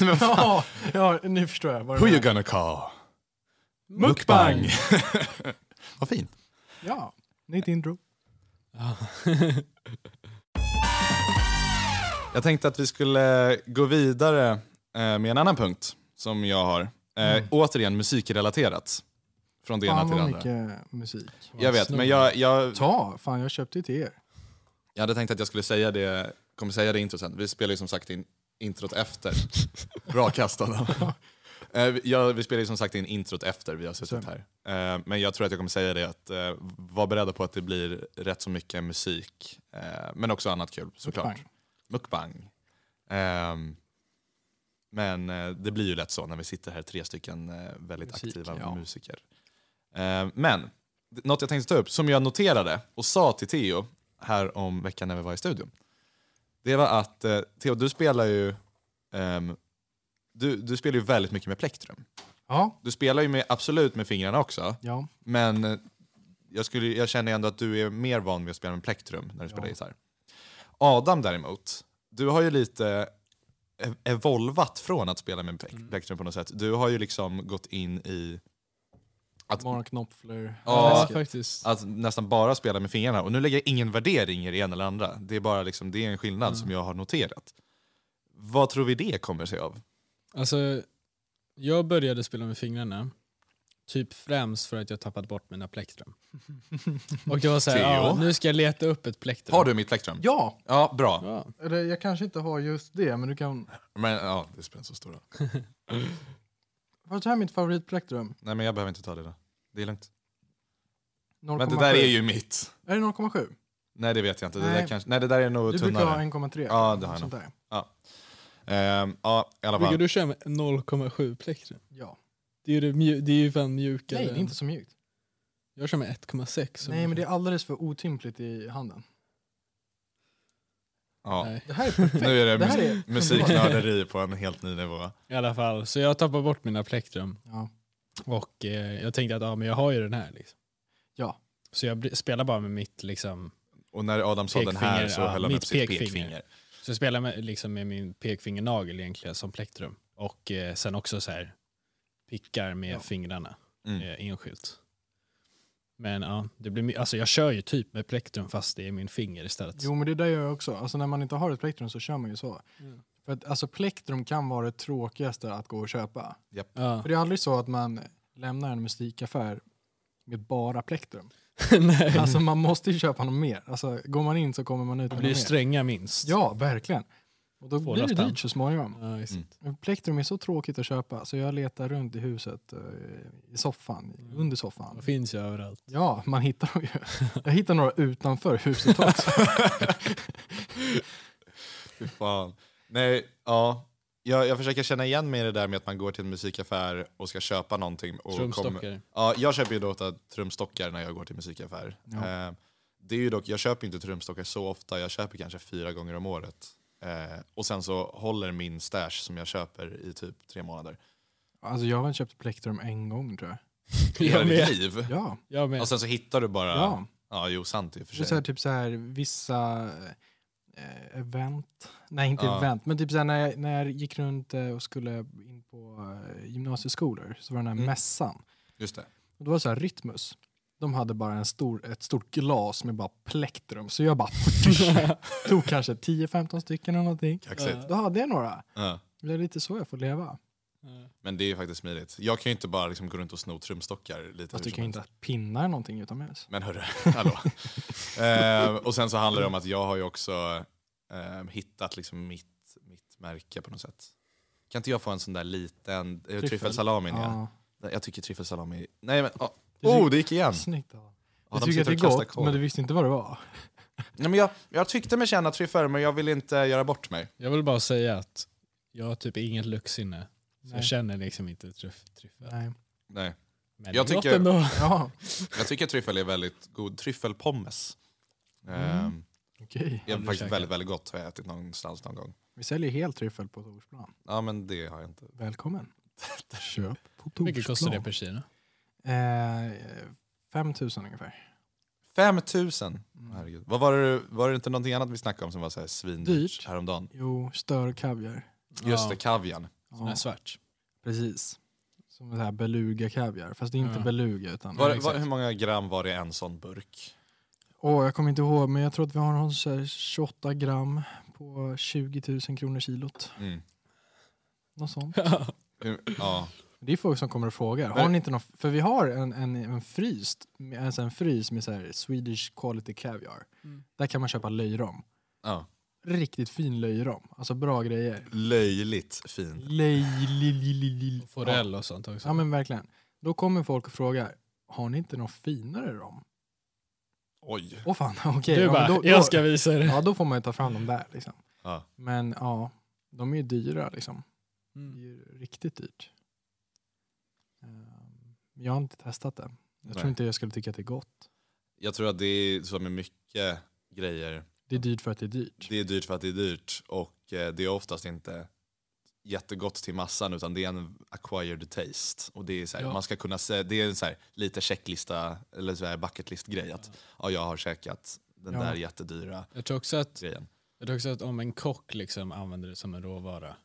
Men fan,
Ja, ja, nu förstår jag. Vad
who
det
you
är.
gonna call?
Mukbang.
Vad fint.
Ja, nytt intro.
Ja.
Jag tänkte att vi skulle gå vidare eh, med en annan punkt som jag har. Eh,
Mm.
Återigen musikrelaterat. Från det ena
Fan
till det
vad
andra.
mycket musik.
Jag vet, men jag, jag,
Ta, fan jag köpte ju till er.
jag hade tänkt att jag skulle säga det, kommer säga det introt sen. Vi spelar ju som sagt in introt efter. Bra kastad. Eh, vi- ja, vi spelar ju som sagt in introt efter vi har suttit här. Eh, men jag tror att jag kommer säga det att eh, var beredda på att det blir rätt så mycket musik. Eh, men också annat kul såklart.
Pang.
mukbang. Ehm, men eh, det blir ju lätt så när vi sitter här, tre stycken eh, väldigt
Musik,
aktiva
ja.
musiker. Ehm, men d- något jag tänkte ta upp, som jag noterade och sa till Theo här om veckan när vi var i studion. Det var att, eh, Theo du spelar ju ehm, du, du spelar ju väldigt mycket med plektrum.
Ja,
Du spelar ju med, absolut med fingrarna också,
ja.
men eh, jag, skulle, jag känner ändå att du är mer van vid att spela med plektrum när du spelar
Ja.
gitarr. Adam däremot, du har ju lite ev- evolvat från att spela med plek-
Mm.
plektrum på något sätt. Du har ju liksom gått in i att,
Bara Knopfler.
Ja.
Ja, faktiskt.
att nästan bara spela med fingrarna. Och nu lägger jag ingen värdering i det ena eller andra. Det är bara liksom, det är en skillnad
Mm.
som jag har noterat. Vad tror vi det kommer sig av?
Alltså, jag började spela med fingrarna. Typ främst för att jag tappat bort mina plektrum. Och jag var såhär, ja,
Theo?
nu ska jag leta upp ett plektrum.
Har du mitt plektrum?
Ja,
Ja, bra.
Ja.
eller jag kanske inte har just det, men du kan...
Men ja, det spelar inte så stor roll.
Fast det här är mitt favoritplektrum.
Nej men jag behöver inte ta det då. Det är lugnt.
0,7.
Men det där är ju mitt.
Är det 0,7?
Nej det vet jag inte. Det
Nej.
där, kanske, nej, det där är nog
Du brukar ha
tunnare.
1,3.
Ja, det har jag
Sånt där.
Ehm, ja, i alla
Brukar
fall.
du köra med 0,7 plektrum?
Ja.
Det är ju, det mju- det är ju fan mjukare.
Nej, det är
än-
inte så mjukt.
Jag kör med 1,6.
Nej, men det är alldeles för otympligt i handen.
Ja.
Nej.
Det här är perfekt.
Nu är det,
det här
mus-
är...
musiknörderi på en helt ny nivå.
I alla fall, så jag tappar bort mina plektrum.
Ja.
Och eh, jag tänkte att ja, men jag har ju den här. Liksom.
Ja.
Så jag bl- spelar bara med mitt, liksom,
Och när Adam sa den här
Pekfinger,
så
ja,
höll han upp
mitt
sitt
pekfinger.
pekfinger.
så jag spelar med, liksom, med min pekfingernagel egentligen som plektrum. Och eh, sen också så här pickar med
Ja.
fingrarna
Mm.
eh, enskilt. Men ja, det blir, my- alltså, jag kör ju typ med plektrum fast det är min finger istället.
Jo, men det där gör jag också. Alltså, när man inte har ett plektrum så kör man ju så.
Mm.
För att, alltså, plektrum kan vara det tråkigaste att gå och köpa.
Ja.
För det är aldrig så att man lämnar en musikaffär med bara plektrum.
Nej.
Alltså man måste ju köpa något mer. Alltså går man in så kommer man ut
det
med
blir
något mer.
stränga minst.
Ja, verkligen. Och då
Två
blir det
lappar.
dyrt så småningom.
Ja, exakt.
Mm.
Men Plektrum är så tråkigt att köpa så jag letar runt i huset, eh, i soffan,
Mm.
under
De
soffan.
finns ju överallt.
Ja, man hittar dem ju. Jag hittar några utanför huset också.
Fy fan. Nej, ja. Jag, jag försöker känna igen mig i det där med att man går till en musikaffär och ska köpa någonting. Och kommer-
Trumstockar.
Ja, jag köper ju då ofta trumstockar när jag går till musikaffär.
Ja.
Eh, det är ju dock, jag köper inte trumstockar så ofta, jag köper kanske fyra gånger om året. Eh, och sen så håller min stash som jag köper i typ tre månader.
Alltså jag har väl köpt plektrum en gång tror jag.
Hela
Jag
ditt
med.
liv.
Ja,
Jag med.
Och sen så hittar du bara... Ja,
ja.
jo sant i och för
Det är så här,
sig.
typ så här vissa eh, event, nej inte
Ja.
event, men typ så här, när, jag, när jag gick runt eh, och skulle in på eh, gymnasieskolor så var det den här
Mm.
mässan.
Just det.
Och det var så här Rytmus. De hade bara en stor, ett stort glas med bara plektrum. Så jag bara tog kanske 10-15 stycken eller någonting.
Kaxigt.
Då hade jag några.
Ja.
Det är lite så jag får leva.
Ja.
Men det är ju faktiskt smidigt. Jag kan ju inte bara liksom gå runt och sno trumstockar lite
Fast
hur
du
som
kan ju
helst.
inte pinna någonting utomhus.
Men hörru, hallå. eh, och sen så handlar det om att jag har ju också eh, hittat liksom mitt, mitt märke på något sätt. Kan inte jag få en sån där liten eh,
Tryffel.
tryffelsalamin? Ja.
Ja.
Jag tycker tryffelsalami... Nej men, oh,
Du tycker-
oh det gick igen!
Snyggt. Adam.
Ja,
Du
de
tycker att
sitter och
det är
kastar
gott,
korv.
men du visste inte vad det var.
Nej, men jag, jag tyckte mig känna tryffel men jag ville inte göra bort mig.
Jag vill bara säga att jag har typ inget luktsinne. Så
Nej.
jag känner liksom inte tryff, tryffel.
Nej.
Nej.
Men
Jag
det är gott
tycker-
ändå.
Ja,
Jag tycker tryffel är väldigt god. Tryffelpommes.
Mm.
Ehm,
okej.
Det är
Aldrig
faktiskt
käkat.
väldigt, väldigt gott. Har jag ätit någonstans någon gång.
Vi säljer helt tryffel på Torsplan.
Ja men det har jag inte.
Välkommen. Köp på
Hur
Torsplan.
mycket kostar det per kilo?
Eh, 5 000 ungefär.
5000!
Mm.
Herregud. Vad var, det, var det inte någonting annat vi snackade om som var så här svindyrt
Dyrt.
häromdagen?
Jo, störkaviar.
Just
Ja,
det, kavian.
sån här svart.
precis. Som så här beluga kaviar. Fast det är inte
Ja.
beluga utan...
Var,
Ja,
det- var,
exakt.
hur många gram var det i en sån burk?
Åh, jag kommer inte ihåg men jag tror att vi har någon så här 28 gram på 20 000 kronor kilot.
Mm.
Något sånt.
Hur- Ja.
Det är folk som kommer och frågar. Har
Men-
ni inte någon, för vi har en, en, en, fryst, alltså en frys med så här Swedish quality caviar.
Mm.
Där kan man köpa löjrom.
ja.
Riktigt fin löjrom. Alltså bra grejer.
Löjligt fin.
Löj, li, li, li, li.
Och forell och sånt
Ja
också.
men verkligen. Då kommer folk och frågar, har ni inte någon finare rom?
Oj.
Åh fan, okej.
Du
ja,
bara,
men då, då,
jag ska visa er.
ja, då får man ju ta fram dem där. Liksom.
Ja.
Men ja, de är ju dyra. Liksom. Det är
Mm.
ju riktigt dyrt. Ehm, Jag har inte testat det. Jag
Nej.
tror inte jag skulle tycka att det är gott.
Jag tror att det är så med mycket grejer.
Det är dyrt för att det är dyrt.
Det är dyrt för att det är dyrt och eh, det är oftast inte jättegott till massan utan det är en acquired taste. Och det är, så här,
Ja.
man ska kunna se, det är en så här, lite checklista eller så här bucket list grej att ja, jag har käkat den
Ja.
där jättedyra
Jag tror också att
grejen.
Jag tror också att om en kock liksom använder det som en råvara,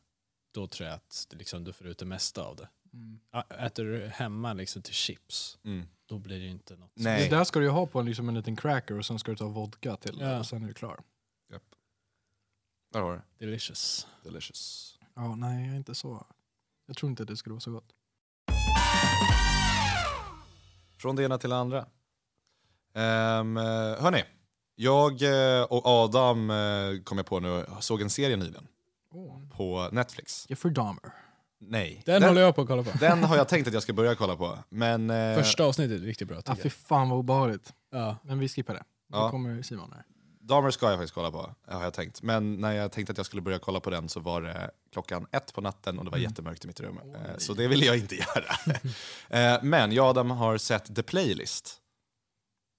då tror jag att liksom du får ut det mesta av det.
Mm.
Ä- Äter du hemma liksom till chips,
Mm.
då blir det ju inte något.
Nej.
Det där ska du ju ha på en, liksom en liten cracker och sen ska du ta vodka till det
Ja.
och sen är du klar.
Där har du det.
Delicious.
Delicious.
Ja, nej, jag är inte så. Jag tror inte att det skulle vara så gott.
Från det ena till det andra. Um, hörni, jag eh, och Adam eh, kom jag på nu, såg en serie nyligen
Oh.
på Netflix.
Jeffrey Dahmer.
Nej.
Den, håller jag på att kolla på.
den har jag tänkt att jag ska börja kolla på. Men, eh,
Första avsnittet är riktigt bra
Ah,
tycker
fy
jag.
fan vad obehagligt.
Ja.
Men vi skippar det. Då
Ja.
kommer Simon här.
Dahmer ska jag faktiskt kolla på, har jag tänkt. Men när jag tänkte att jag skulle börja kolla på den så var det klockan ett på natten och det var
Mm.
jättemörkt i mitt rum.
Oj.
Eh, Så det ville jag inte göra. Eh, Men jag och Adam har sett The Playlist.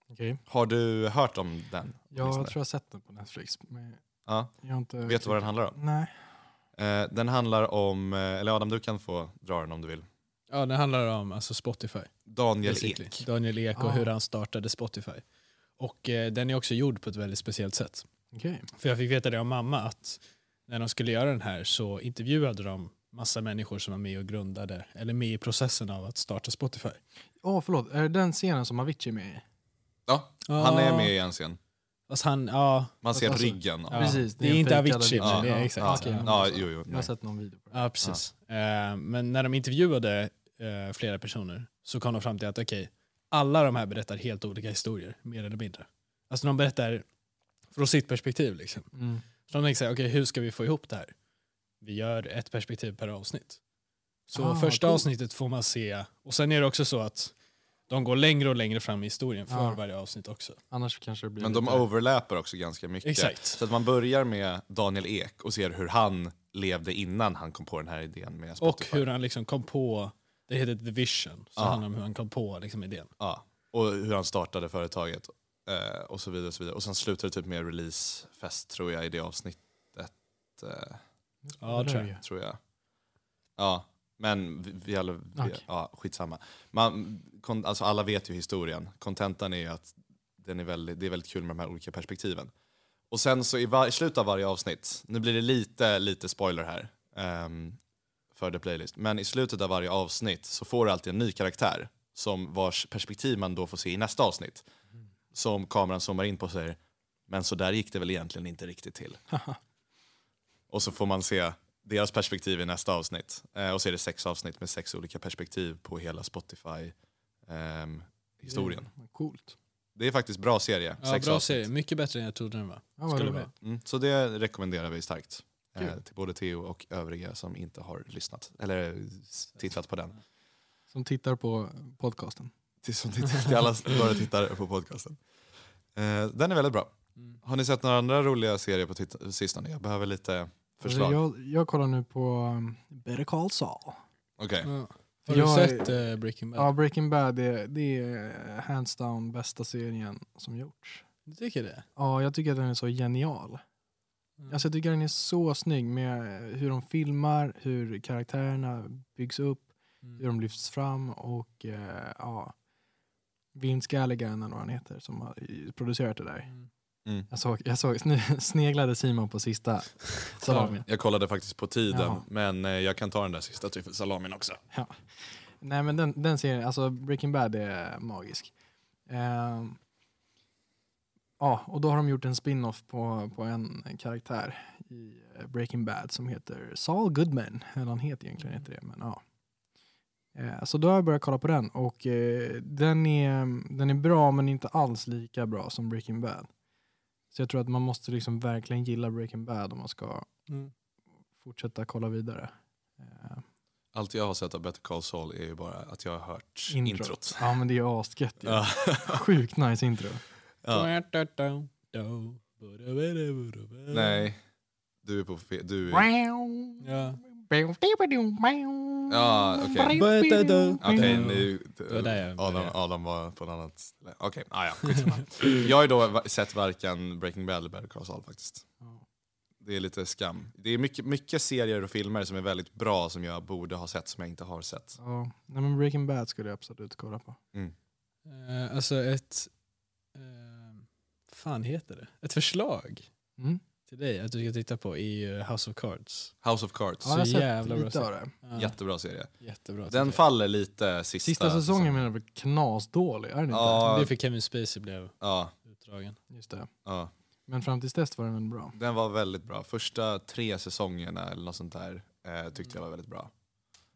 Okej.
Har du hört om den?
Jag
åtminstone?
tror jag har sett den på Netflix. Men
Ja.
jag har inte
Vet du vad den handlar om?
Nej.
Eh, Den handlar om, eh, eller Adam du kan få dra den om du vill.
ja, den handlar om alltså, Spotify.
Daniel
basically.
Ek.
Daniel Ek och
Ah.
hur han startade Spotify. Och eh, den är också gjord på ett väldigt speciellt sätt.
Okej.
För jag fick veta det av mamma att när de skulle göra den här så intervjuade de massa människor som var med och grundade eller med i processen av att starta Spotify.
Åh, förlåt. Är det den scenen som Avicii är med i?
Ja, han är med i en scen.
Ah. Fast han, ja,
Man ser
Alltså,
ryggen.
ja.
Ja,
Precis, det
Det
är
är
en
inte
fejkad
Avicii,
Avicii.
men det
Ja,
är exakt.
okej.
han.
ja jo, jo.
Jag har
Nej.
sett någon video på det.
Ja, precis.
Ah.
Eh, men när de intervjuade eh, flera personer så kom de fram till att okej, alla de här berättar helt olika historier, mer eller mindre. Alltså de berättar från sitt perspektiv liksom.
Mm.
Så de tänkte så här, okej hur ska vi få ihop det här? Vi gör ett perspektiv per avsnitt. Så
Ah,
första
coolt.
avsnittet får man se, och sen är det också så att de går längre och längre fram i historien för
Ja.
varje avsnitt också.
Annars kanske det blir
Men de
lite...
överlappar också ganska mycket.
Exakt.
Så att man börjar med Daniel Ek och ser hur han levde innan han kom på den här idén med Spotify.
Och hur han liksom kom på, det heter The Vision, så
Ja.
handlar om hur han kom på liksom, idén.
Ja, och hur han startade företaget eh, och så vidare. Och så vidare. Och sen slutar det typ med releasefest tror jag i det avsnittet. Eh,
Ja, tror jag.
tror jag. Ja, men vi, vi alla, vi,
Okej.
ja, skitsamma. Man, kon, alltså alla vet ju historien. Kontentan är ju att den är väldigt, det är väldigt kul med de här olika perspektiven. Och sen så i, var, i slutet av varje avsnitt, nu blir det lite, lite spoiler här ehm, för The Playlist, men i slutet av varje avsnitt så får du alltid en ny karaktär som vars perspektiv man då får se i nästa avsnitt. Som kameran zoomar in på och säger, men så där gick det väl egentligen inte riktigt till. Och så får man se deras perspektiv i nästa avsnitt. Eh, och så är det sex avsnitt med sex olika perspektiv på hela Spotify-historien.
Coolt.
Det är faktiskt bra serie.
Ja,
sex
bra
avsnitt.
serie, mycket bättre än jag trodde den var.
Ja,
Ska
vad
du
roligt.
med?
Mm, så det rekommenderar vi starkt. eh, till både Theo och övriga som inte har lyssnat eller s- tittat på den.
Som tittar på podcasten.
Till, som tittar, till alla som bara tittar på podcasten. Eh, den är väldigt bra.
Mm.
Har ni sett några andra roliga serier på titt- sistone? Jag behöver lite förslag.
Alltså, jag, jag kollar nu på um, Better Call Saul.
Okej,
Ja. Har
Jag
du
är-
sett eh, Breaking Bad?
Ja, Breaking Bad det, det är hands down bästa serien som gjorts.
Du tycker det?
Ja, jag tycker att den är så genial.
Mm.
Alltså jag tycker den är så snygg med hur de filmar, hur karaktärerna byggs upp,
Mm.
hur de lyfts fram och eh, ja, Vince Gallagher eller vad han heter som har producerat det där.
Mm.
mm.
Jag såg, jag såg nu sneglade Simon på sista salamin.
Jag kollade faktiskt på tiden,
Jaha.
men eh, jag kan ta den där sista tryffelsalamin också.
Nej men den, den serien, alltså Breaking Bad är magisk. Ehm, ja, och då har de gjort en spin-off på, på en karaktär i eh, Breaking Bad som heter Saul Goodman. Eller han heter egentligen inte det, men ja. Eh, så då har jag börjat kolla på den och eh, den, är, den är bra men inte alls lika bra som Breaking Bad. Så jag tror att man måste liksom verkligen gilla Breaking Bad om man ska
Mm.
fortsätta kolla vidare. Eh,
Allt jag har sett av Better Call Saul är ju bara att jag har hört
Introt.
introt. introt.
Ja men det är ju asgött ju.
Ja.
Sjukt nice intro.
Ja.
Do-do-do, do-do-do-do-do.
Nej, du är på fe- du är...
Ja,
Ja.
Ja, okej. Okej,
Mm.
nu...
Det var där jag
Adam,
började.
Adam var på ett annat ställe. Okej, ah, ja, skitsamma. Jag har ju då va- sett varken Breaking Bad eller Better Call Saul faktiskt. Det är lite skam. Det är mycket, mycket serier och filmer som är väldigt bra som jag borde ha sett som jag inte har sett.
Ja, nej, men Breaking Bad skulle jag absolut kolla på.
Eh, Alltså ett... eh, fan heter det? Ett förslag
Mm.
till dig att du ska titta på är ju House of Cards.
House of Cards,
Ja, jag har sett
jävla bra
lite
serie.
av det.
Ja,
jättebra serie.
Jättebra. tycker
Den
jag.
faller lite sista,
Sista säsongen menar jag väl knasdålig, är den inte?
Ja.
Det är för Kevin Spacey blev
Ja,
utdragen.
Just det.
ja.
Men fram tills dess var den väl bra.
Den var väldigt bra. Första tre säsongerna eller något sånt där eh, tyckte jag var väldigt bra.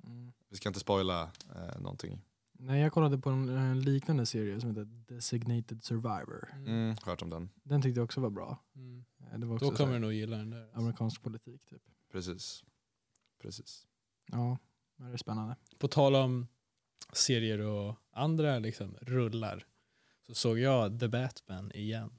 Mm.
Vi ska inte spoila eh, någonting.
Nej, jag kollade på en, en liknande serie som heter Designated Survivor.
Mm, hört om den.
Den tyckte jag också var bra. Eh,
Mm.
Det var också
Då
så
kommer
här
du nog gilla den där.
amerikansk politik typ.
Precis. Precis.
Ja, men det är spännande.
På tal om serier och andra liksom, rullar så såg jag The Batman igen.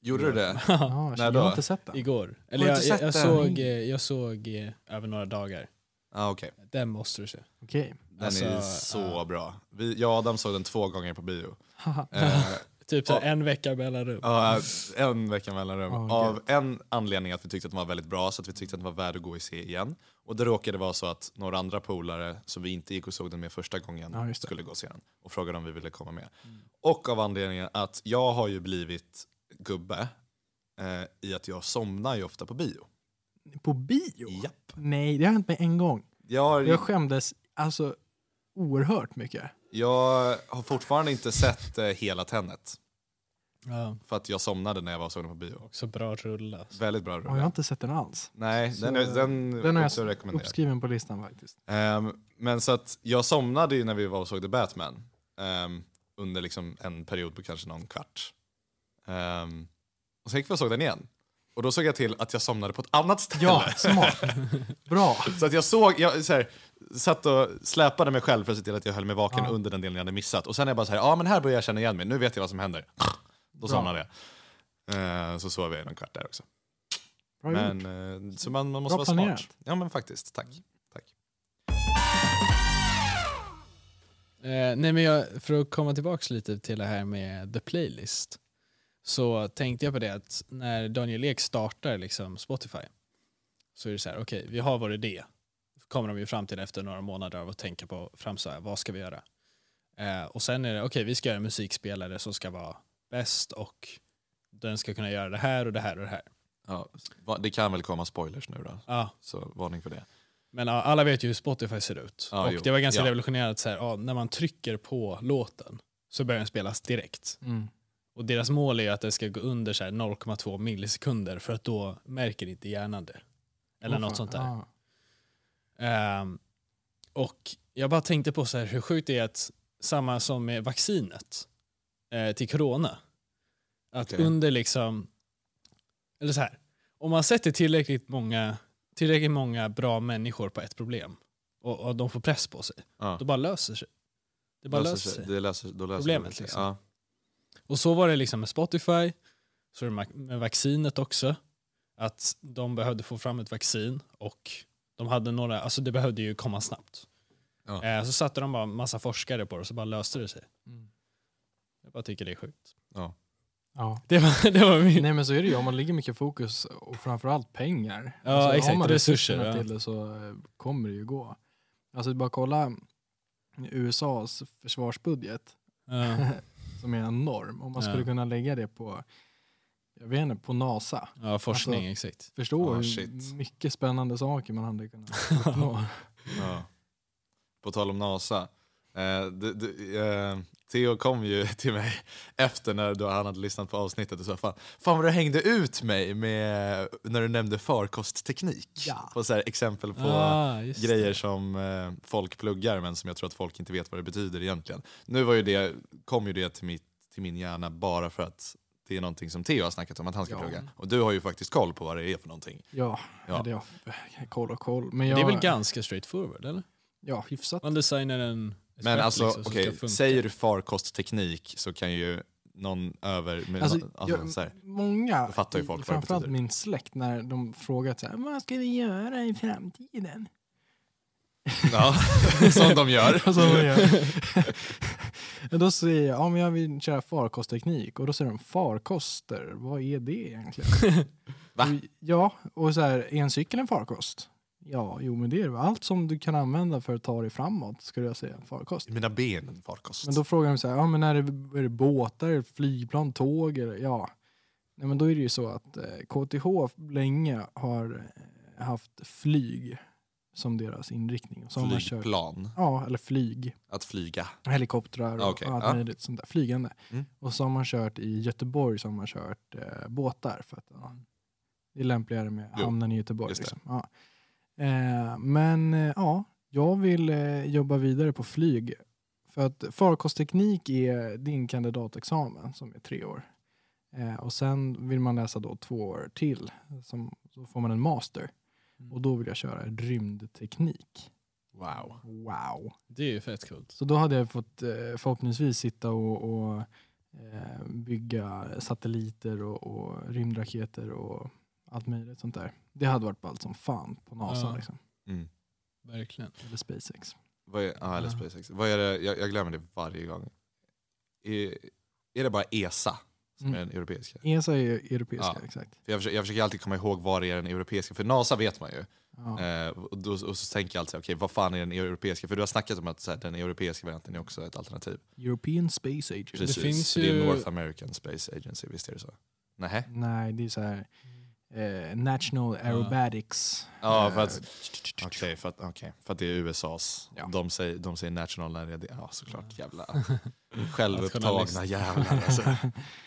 Gjorde du det?
Ja,
när
jag
då?
har inte sett den.
Igår. Eller
Har
jag,
du
jag,
inte
jag,
sett den?
såg, eh, jag såg eh, över några dagar.
Ah, okej.
Den måste du se.
Okej.
Den är
Alltså,
så
ja.
bra. Vi, jag och Adam såg den två gånger på bio.
Haha.
Eh,
Typ så här,
Ja.
en vecka mellanrum.
ja, eh, en vecka mellanrum.
Oh,
Av en anledning att vi tyckte att den var väldigt bra, så att vi tyckte att den var värd att gå och se igen. Och det råkade vara så att några andra polare som vi inte gick och såg den med första gången
Ja, just det.
skulle gå och se den och frågade om vi ville komma med. Och av anledningen att jag har ju blivit gubbe eh, i att jag somnar ju ofta på bio.
På bio?
Japp.
Nej, det har hänt mig en gång.
Jag har,
Jag skämdes alltså oerhört mycket.
jag har fortfarande inte sett eh, hela Tenet.
Ja,
För att jag somnade när jag var och såg den på bio.
också bra rulla. alltså.
Väldigt bra
Ja, jag har
rulle.
inte sett den alls.
Nej,
Så,
den, är- den,
Den har
också
jag
rekommenderad.
uppskriven på listan faktiskt.
Ehm, men så att jag somnade ju när vi var och såg The Batman. ehm, under liksom en period på kanske någon kvart. Ehm, och sen gick vi och såg den igen. Och då såg jag till att jag somnade på ett annat ställe.
Ja, smart. Bra.
Så att jag såg, jag så här, satt och släpade mig själv för att se till att jag höll mig vaken
Ja.
under den delen jag hade missat. Och sen är jag bara så här, ja men här börjar jag känna igen mig, nu vet jag vad som händer. Då
Bra.
somnade jag. Ehm, så sov jag i någon kvart där också.
Bra gjort.
Men, eh, så man, man måste
Bra
vara
planerat.
smart. Ja men faktiskt, tack. tack.
Eh, nej men jag, för att komma tillbaka lite till det här med the playlist så tänkte jag på det att när Daniel Ek startar liksom Spotify så är det så här, okej vi har vår idé. Kommer de ju fram till efter några månader av att tänka på fram så här, vad ska vi göra? Eh, och sen är det, okej vi ska göra en musikspelare som ska vara bäst och den ska kunna göra det här och det här och det här.
Ja, va- det kan väl komma spoilers nu då,
Ja,
så varning för det.
Men ja, alla vet ju hur Spotify ser ut.
Ja,
och
jo.
det var ganska
Ja.
revolutionerande så här, ja, när man trycker på låten så börjar den spelas direkt.
Mm.
Och deras mål är ju att det ska gå under så här 0,2 millisekunder för att då märker inte hjärnan det. Eller
Åh,
något
fan.
sånt där.
Ja.
Ehm, och jag bara tänkte på så här, hur sjukt det är att samma som med vaccinet eh, till corona. Att
Okej.
under liksom, eller så här, om man sätter tillräckligt många tillräckligt många bra människor på ett problem och, och de får press på sig,
Ja.
då bara löser sig. Det bara löser, sig.
Det löser, då löser
Problemet,
det sig.
liksom.
Ja.
Och så var det liksom med Spotify, så är det ma- med vaccinet också. Att de behövde få fram ett vaccin och de hade några, alltså det behövde ju komma snabbt.
Ja.
Eh, så satte de bara massa forskare på det och så bara löste det sig. Jag bara tycker det är sjukt.
Ja.
Det var, det var min...
Nej men så är det ju, om man lägger mycket fokus och framförallt pengar. alltså,
Ja,
har
exakt,
man
resurser,
resurserna
ja.
till det så eh, kommer det ju gå. Alltså bara kolla USAs försvarsbudget
Ja,
som är enorm. Om man
Ja.
skulle kunna lägga det på, jag vet inte, på NASA.
ja, forskning, exakt.
Förstå
Ah,
hur
shit.
mycket spännande saker man hade kunnat uppnå.
Ja. På tal om NASA. Eh, du, du, eh, Theo kom ju till mig efter när då han hade lyssnat på avsnittet och sa fan, fan vad du hängde ut mig med, när du nämnde farkostteknik.
Ja.
På så här, exempel på
Ah, just det.
grejer som eh, folk pluggar men som jag tror att folk inte vet vad det betyder egentligen. Nu var ju det, kom ju det till, mitt, till min hjärna bara för att det är någonting som Theo har snackat om att han ska
Ja.
plugga. Och du har ju faktiskt koll på vad det är för någonting.
Ja,
Ja.
det är koll och koll. Men jag,
Det är väl ganska straightforward, eller?
Ja, hyfsat.
Man designar en... ett
Men
skepp
alltså,
liksom som
okej,
ska funka.
säger du farkostteknik så kan ju någon över... Med,
Alltså,
alltså,
jag-
så här,
Många,
Då fattar ju folk vad det
framförallt
betyder.
min släkt, när de frågat så här, vad ska vi göra i framtiden?
ja, som de gör.
Och så vad gör jag? då säger jag, ja men jag vill köra farkostteknik. Och då säger de, farkoster, vad är det egentligen?
Va?
Och, ja, och så här, är en cykel en farkost? Ja, jo men det är det. Allt som du kan använda för att ta dig framåt skulle jag säga är en farkost.
Mina ben är en farkost.
Men då frågar de så här, ja men är det, är det båtar, är det flygplan, tåg? Eller, ja. Nej men då är det ju så att eh, KTH länge har eh, haft flyg som deras inriktning. Och så har man kört,
Flygplan.
ja, eller flyg,
Att flyga.
helikoptrar och
Ah, okej,
allt
ja.
möjligt sånt där, flygande.
Mm.
Och så har man kört i Göteborg så har man kört eh, båtar för att ja, det är lämpligare med
Jo,
hamnen i Göteborg.
just det.
Liksom. Ja. Eh, men eh, ja, jag vill eh, jobba vidare på flyg. För att farkostteknik är din kandidatexamen som är tre år. Eh, och sen vill man läsa då två år till, som, så får man en master. Och då vill jag köra rymdteknik.
Wow.
Wow.
Det är ju fett coolt.
Så då hade jag fått eh, förhoppningsvis sitta och, och eh, bygga satelliter och, och rymdraketer och allt möjligt sånt där. Det hade varit ballt som fan på NASA
Ja.
liksom.
Mm.
Verkligen.
Eller SpaceX.
Vad är, ah, eller
Ja.
SpaceX. Vad är det, jag, jag glömmer det varje gång. Är, är det bara ESA som
Mm.
är den europeiska?
ESA är ju europeiska,
Ja.
exakt.
För jag, försöker, jag försöker alltid komma ihåg vad det är den europeiska, för NASA vet man ju.
Ja.
Eh, och, då, och så tänker jag alltid, okej vad fan är den europeiska? För du har snackat om att så här, den europeiska varianten är också ett alternativ.
European Space Agency.
Precis,
finns
för det
ju-
är North American Space Agency, visst är det så? Nähä?
Nej, det är så här eh, National Aerobatics.
Ja,
Eh,
för att- Okej, för, att- okej, för att det är USAs.
Ja.
De, säger, de säger national när det är... Ja, såklart. Jävla
Mm.
Mm.
Nationalist.
självupptagna jävlar. Alltså.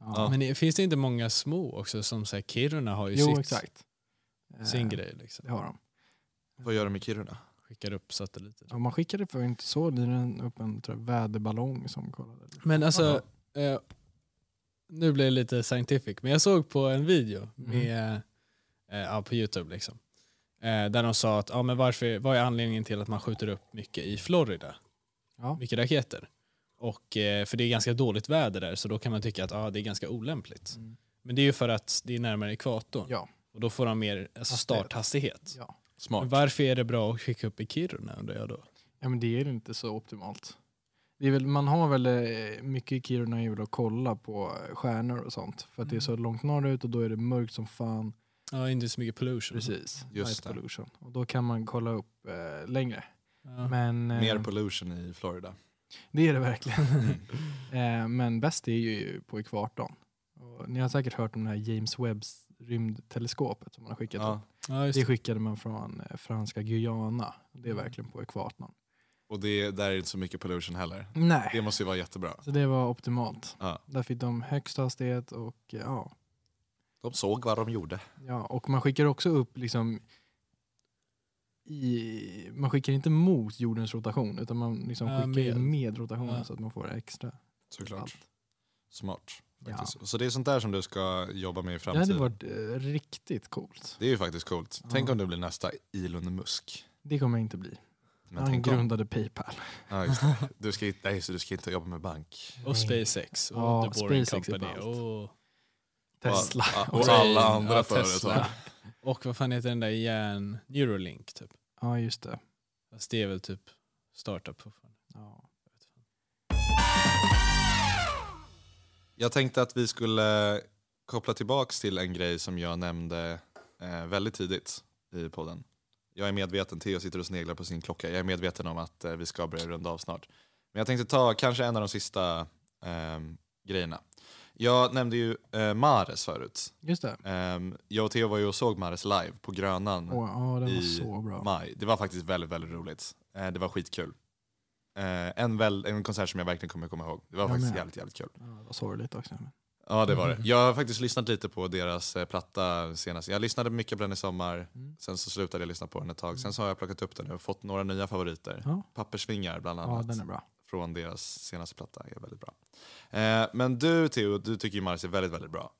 ja.
Men det, finns det inte många små också som så här, Kiruna har ju
Jo,
sitt,
exakt. Eh,
sin grej liksom.
Det har de.
Vad gör de i Kiruna?
Skickar upp satelliter.
Ja, man skickade för inte så länge upp en tror jag, väderballong som kollade.
Men alltså, eh, nu blir det lite scientific, men jag såg på en video med, eh, ja, på Youtube liksom, eh, där de sa att ja, men varför, vad är anledningen till att man skjuter upp mycket i Florida?
Ja.
Mycket raketer. Och, eh, för det är ganska dåligt väder där så då kan man tycka att ja, det är ganska olämpligt.
Mm.
Men det är ju för att det är närmare ekvatorn
Ja.
och då får de mer alltså,
Hastighet.
starthastighet.
Ja.
Smart.
Men varför är det bra att skicka upp i Kiruna undrar jag då?
ja, men det är inte så optimalt. Det är väl, man har väl eh, mycket i Kiruna är väl att kolla på eh, stjärnor och sånt. För att det är så långt norrut och då är det mörkt som fan.
Ja, inte så mycket pollution.
Precis.
Just
Light
det.
pollution. Och då kan man kolla upp eh, längre.
Ja.
Men, eh,
Mer pollution i Florida.
Det är det verkligen. Eh, Men bäst är ju på ekvatorn. Och ni har säkert hört om det här James Webbs rymdteleskopet som man har skickat
Ja,
upp.
Ja, just
Det
det.
skickade man från eh, franska Guyana. Det är verkligen på ekvatorn.
och det, där är inte så mycket pollution heller.
Nej,
Det måste ju vara jättebra.
så det var optimalt.
Ja.
Där fick de högsta hastighet och eh, ja.
De såg vad de gjorde.
ja och man skickar också upp liksom i, man skickar inte mot jordens rotation utan man liksom
Ja,
skickar med,
med.
med rotationen
Ja.
så att man får extra
Såklart.
allt.
Smart. Faktiskt. Så det är sånt där som du ska jobba med i
Det hade
framtiden.
varit eh, riktigt coolt.
Det är ju faktiskt coolt. Tänk
Ja.
om du blir nästa Elon Musk.
Det kommer jag inte bli.
Men
Han
tänk om.
grundade Paypal.
Ja, just det. Du, ska, inte- nej, så du ska inte jobba med bank.
Mm.
Och SpaceX och
Ja,
The Boring
SpaceX är
Company.
ballt.
Och,
Tesla.
Och, och
också.
alla andra
Ja, Tesla.
företag.
och vad fan heter den där järn... Neuralink typ.
Ja, just det.
Fast det är väl typ startup. fortfarande.
Ja.
Jag tänkte att vi skulle koppla tillbaks till en grej som jag nämnde eh, väldigt tidigt i podden. Jag är medveten, Theo sitter och sneglar på sin klocka, jag är medveten om att eh, vi ska börja runda av snart. Men jag tänkte ta kanske en av de sista eh, grejerna. Jag nämnde ju eh, Mares förut.
Just det.
Eh, jag och Theo var ju och såg Mares live på Grönan
Åh, ja, den var
Mm. I
så bra.
maj. Det var faktiskt väldigt, väldigt roligt. Eh, det var skitkul. Eh, en, väl, en konsert som jag verkligen kommer komma ihåg. Det var
Jag
faktiskt
med. Mm.
jävligt, jävligt kul.
Ja, det var sorgligt också. Men.
Ja, det var det. Jag har faktiskt lyssnat lite på deras eh, platta senast. Jag lyssnade mycket på den i sommar,
Mm.
sen så slutade jag lyssna på den ett tag. Sen så har jag plockat upp den och fått några nya favoriter.
Ja.
Pappersvingar bland
ja,
annat
den är bra.
från deras senaste platta är väldigt bra. Eh, men du Theo, du tycker ju Maris är väldigt, väldigt bra.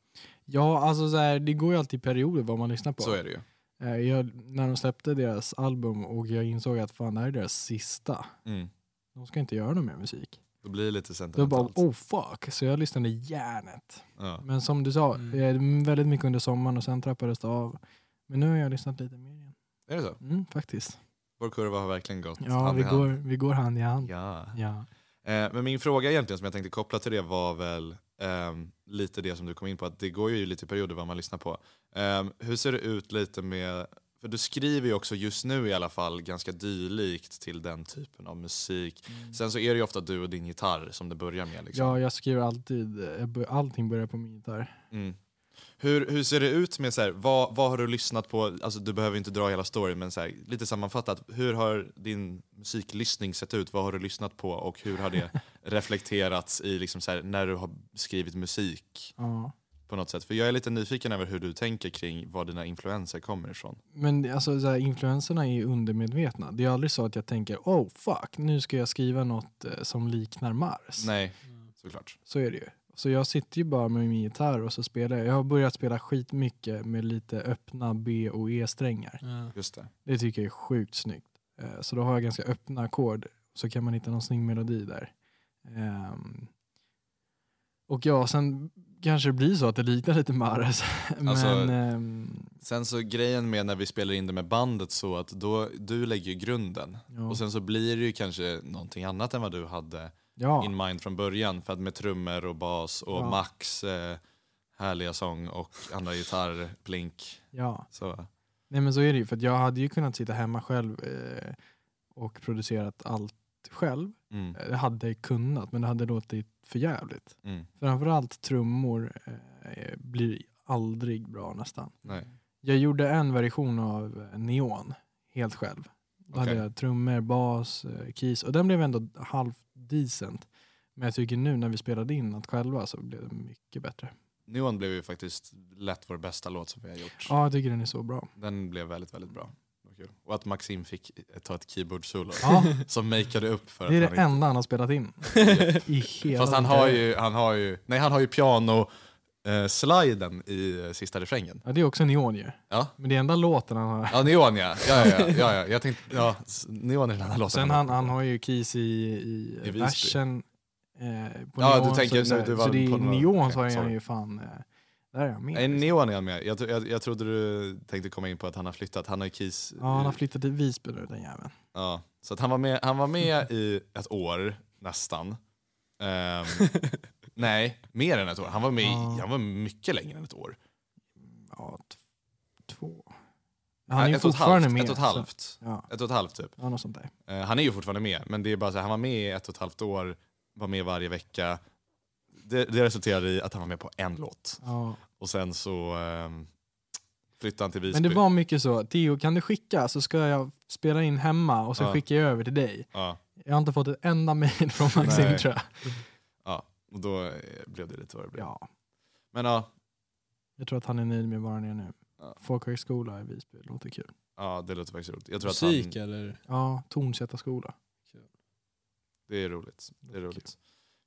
Ja, alltså så här, det går ju alltid i perioder vad man lyssnar på.
Så är det ju.
Eh, Jag, när de släppte deras album och jag insåg att fan, det här är deras sista.
Mm.
De ska inte göra någon mer musik.
Då blir det lite
Då bara,
sentimentalt.
oh fuck. Så jag lyssnade järnet.
ja.
Men som du sa,
Mm.
eh, väldigt mycket under sommaren och sen trappades det av. Men nu har jag lyssnat lite mer igen.
Är det så?
Mm, faktiskt.
Vår kurva har verkligen gått
Ja,
hand
vi
i hand.
går, vi går hand i hand.
Ja.
Ja.
Eh, men min fråga egentligen som jag tänkte koppla till det var väl ehm, lite det som du kom in på, att det går ju lite i perioder vad man lyssnar på. Ehm, hur ser det ut lite med, för du skriver ju också just nu i alla fall ganska dylikt till den typen av musik. Sen så är det ju ofta du och din gitarr som det börjar med. Liksom.
Ja, jag skriver alltid, eh, jag bör- allting börjar på min gitarr.
Mm. Hur, hur ser det ut med, så här, vad, vad har du lyssnat på, alltså du behöver inte dra hela storyn men så här, lite sammanfattat, hur har din musiklyssning sett ut, vad har du lyssnat på och hur har det reflekterats i liksom så här, när du har skrivit musik
Ja.
på något sätt? För jag är lite nyfiken över hur du tänker kring var dina influenser kommer ifrån.
Men det- alltså, så här, influenserna är ju undermedvetna. Det är aldrig så att jag tänker oh fuck, nu ska jag skriva något eh, som liknar Mars.
Nej,
Mm.
såklart.
Så är det ju. Så jag sitter ju bara med min gitarr och så spelar jag. Jag har börjat spela skitmycket med lite öppna B och E-strängar.
Ja.
Just det.
Det tycker jag är sjukt snyggt. Eh, Så då har jag ganska öppna ackord så kan man hitta någon snygg melodi där. Ehm, Och ja, sen kanske det blir så att det liknar lite Mares. Men
Alltså-
ehm,
Sen så grejen med när vi spelar in det med bandet så att då, du lägger ju grunden
ja.
och sen så blir det ju kanske någonting annat än vad du hade
ja.
in mind från början för att med trummor och bas och
Ja.
Max eh, härliga sång och andra gitarrplink.
ja.
Så,
Nej men så är det ju, för att jag hade ju kunnat sitta hemma själv eh, och producerat allt själv.
mm,
Eh, Det hade jag kunnat, men det hade låtit för jävligt.
mm,
Framförallt trummor eh, blir aldrig bra nästan.
nej.
Jag gjorde en version av eh, Neon helt själv. Då hade
Okej.
jag trummor, bas, eh, keys och den blev ändå halvt decent. Men jag tycker nu när vi spelade in allt själva så blev det mycket bättre.
Neon blev ju faktiskt lätt vår bästa låt som vi har gjort.
Ja, jag tycker den är så bra.
Den blev väldigt, väldigt bra. Det var kul. Och att Maxim fick eh, ta ett keyboard-solo
Ja,
som makeade upp för
det är
att
det
han
enda han har spelat in. I hela
Fast han
sin
har
karriär.
ju, han har ju, nej han har ju piano-sliden i eh, sista refrängen.
Ja, det är också neon ju.
Ja.
Men det är enda låten han har.
Ja, Neon ja. ja, ja, ja, ja, ja. Jag tänkte, ja, s- Neon är den andra låten.
Sen han, han har ju keys i, i,
I Visby.
versen. Eh, på
Ja,
neon,
du tänker
så det
nu,
är så här-
du var
Så det är
på
i
någon-
neon
okej,
så är han
sorry.
ju fan... Eh, där är han med.
Nej,
liksom.
Neon är han med. Jag, tro- jag, jag trodde du tänkte komma in på att han har flyttat. Han har ju KIS.
Ja, han har flyttat till Visby nu den jäveln.
ja. Så att han, var med, han var med i ett år, nästan. Ehm, nej, mer än ett år. Han var med i-
Ja.
han var mycket längre än ett år.
Ja, t- två. Han är ju
ett och ett
fortfarande
halvt, Ett
med. alltså.
och ett
så-
halvt,
Ja,
ett och ett halvt typ.
ja, något sånt där.
Eh, han är ju fortfarande med, men det är bara så här, han var med i ett och ett halvt år, var med varje vecka. Det, det resulterade i att han var med på en låt.
Ja.
Och sen så ehm, flyttade han till Visby.
Men det var mycket så, Theo kan du skicka så ska jag spela in hemma och så
Ja.
skickar jag över till dig.
ja,
Jag har inte fått ett enda mail från Maxim
Nej.
tror jag.
och då eh, blev det lite vad det blev.
Ja,
Men ja,
jag tror att han är nöjd med var han är nu.
Ja.
Folkhögskola i Visby, låter kul.
Ja, det låter faktiskt roligt. Jag tror att
Musik
han,
eller?
Ja, Tornsätta skola.
det är roligt. Det är roligt.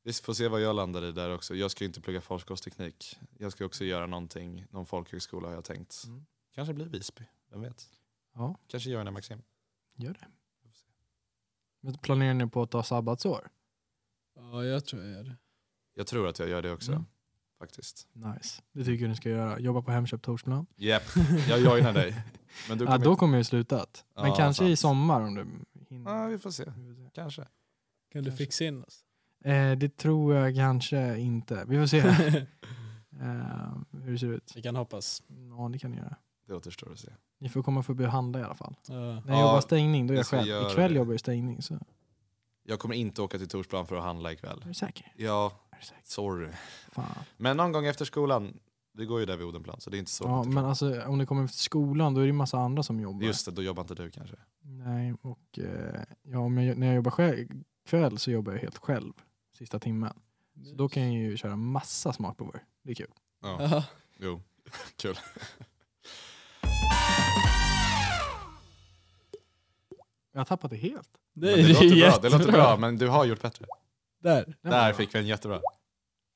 Vi får se vad jag landar i där också. Jag ska ju inte plugga farkostteknik. Jag ska också göra någonting, någon folkhögskola har jag tänkt.
Mm.
Kanske blir Visby, vem vet?
Ja,
Kanske gör en Maxim.
gör det. Men planerar ni på att ta sabbatsår?
Ja, jag tror jag gör det.
Jag tror att jag gör det också,
Mm.
faktiskt.
Nice. Det tycker jag ni ska göra. Jobba på Hemköp Torsplan.
Japp, jag joinar dig. Men du
Ja,
kommer
då kommer jag ju slutat. Men
Ja,
kanske i
sant.
sommar om du
inte... Ja,
hinner.
vi får se. Kanske.
Kan du
Kanske.
fixa in oss?
Eh, det tror jag kanske inte. Vi får se eh, hur det ser ut.
Vi kan hoppas.
Ja, det kan ni göra.
Det återstår att se.
Ni får komma förbi och handla i alla fall.
Ja.
När jag
Ja,
jobbar stängning, då är
vi
jag
ska
själv.
göra
Ikväll
det.
jobbar jag stängning, så är
Jag kommer inte åka till Torsplan för att handla ikväll.
du säker?
Ja,
Är du säker?
sorry.
Fan.
Men någon gång efter skolan, vi går ju där vid Odenplan så det är inte så
Ja,
långt ifrån.
men alltså, om det kommer till skolan, då är det ju massa andra som jobbar.
Just det, då jobbar inte du kanske.
Nej, och eh, ja, om jag, när jag jobbar själv, kväll så jobbar jag helt själv sista timmen. Så då kan jag ju köra massa smakprover. Det är kul.
Ja,
Ja.
jo. Kul.
Jag har tappat det helt.
Men
Nej,
det,
det,
låter
är
bra,
jättebra.
det låter bra, men du har gjort bättre.
Där.
Ja,
Där
men-
fick vi en jättebra.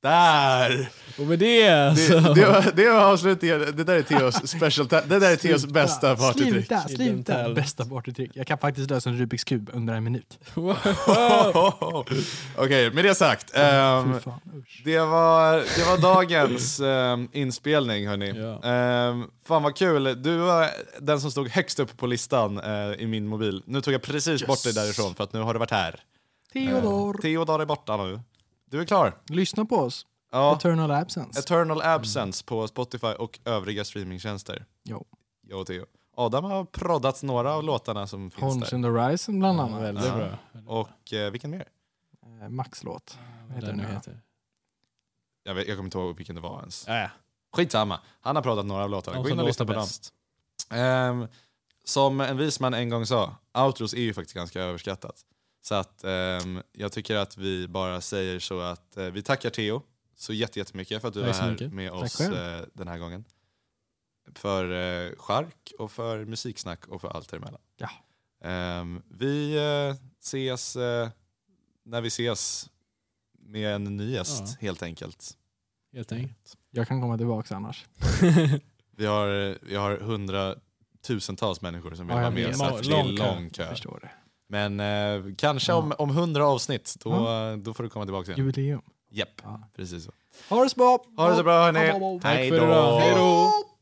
Där!
Och med det så...
Det, det, var, det var avslutningen. Det där är Theos special ta- Det där är Theos
Sluta,
bästa partytrick.
Sluta,
Hidden
sluta.
talent.
Bästa partytrick. Jag kan faktiskt lösa en Rubiks kub under en minut.
Wow.
Okej, med det sagt. ehm,
Fy fan, usch.
det, var, det var dagens ehm, inspelning hörni.
Ja.
Ehm, fan vad kul, du var den som stod högst upp på listan eh, i min mobil. Nu tog jag precis
Yes.
bort dig därifrån för att nu har du varit här.
Theodor.
Eh, Theodor är borta nu. Du är klar.
Lyssna på oss.
Ja.
Eternal absence.
Eternal Absence på Spotify och övriga streamingtjänster.
Jo.
Jag och Theo. Adam har proddat några av låtarna som finns
Horns
där.
in the Horizon bland
Ja,
annat.
väldigt
Ja.
bra.
Och eh, vilken mer?
Eh, Max-låt.
Vad
heter
den nu
den?
heter.
Jag, vet, jag kommer inte ihåg vilken det var ens.
Ja, ja.
Skitsamma, han har proddat några av låtarna.
De
Gå
som
in och lyssna
låter
på dem.
bäst.
Ehm, som en vis man en gång sa, outros är ju faktiskt ganska överskattat. Så att ehm, jag tycker att vi bara säger så att eh, vi tackar Theo så jätte- jättemycket för att du
Tack
var
så
här
mycket.
med
Tack
oss
själv.
eh, den här gången. För eh, chark och för musiksnack och för allt däremellan.
Ja.
Ehm, vi eh, ses eh, när vi ses med en ny gäst
Ja.
helt enkelt.
Helt enkelt.
Jag kan komma tillbaka annars.
Vi har, vi har hundratusentals människor som vill
Ja,
vara
jag
med
vet.
så att det är
Lång kö.
lång kö.
Jag förstår det.
Men eh, kanske
Ja.
om, om 100 avsnitt, då, då får du komma tillbaka igen.
Jubileum.
Japp,
Ja.
precis så.
Ha det så bra!
Ha det så bra hörni!
Tack för idag.
Hej då!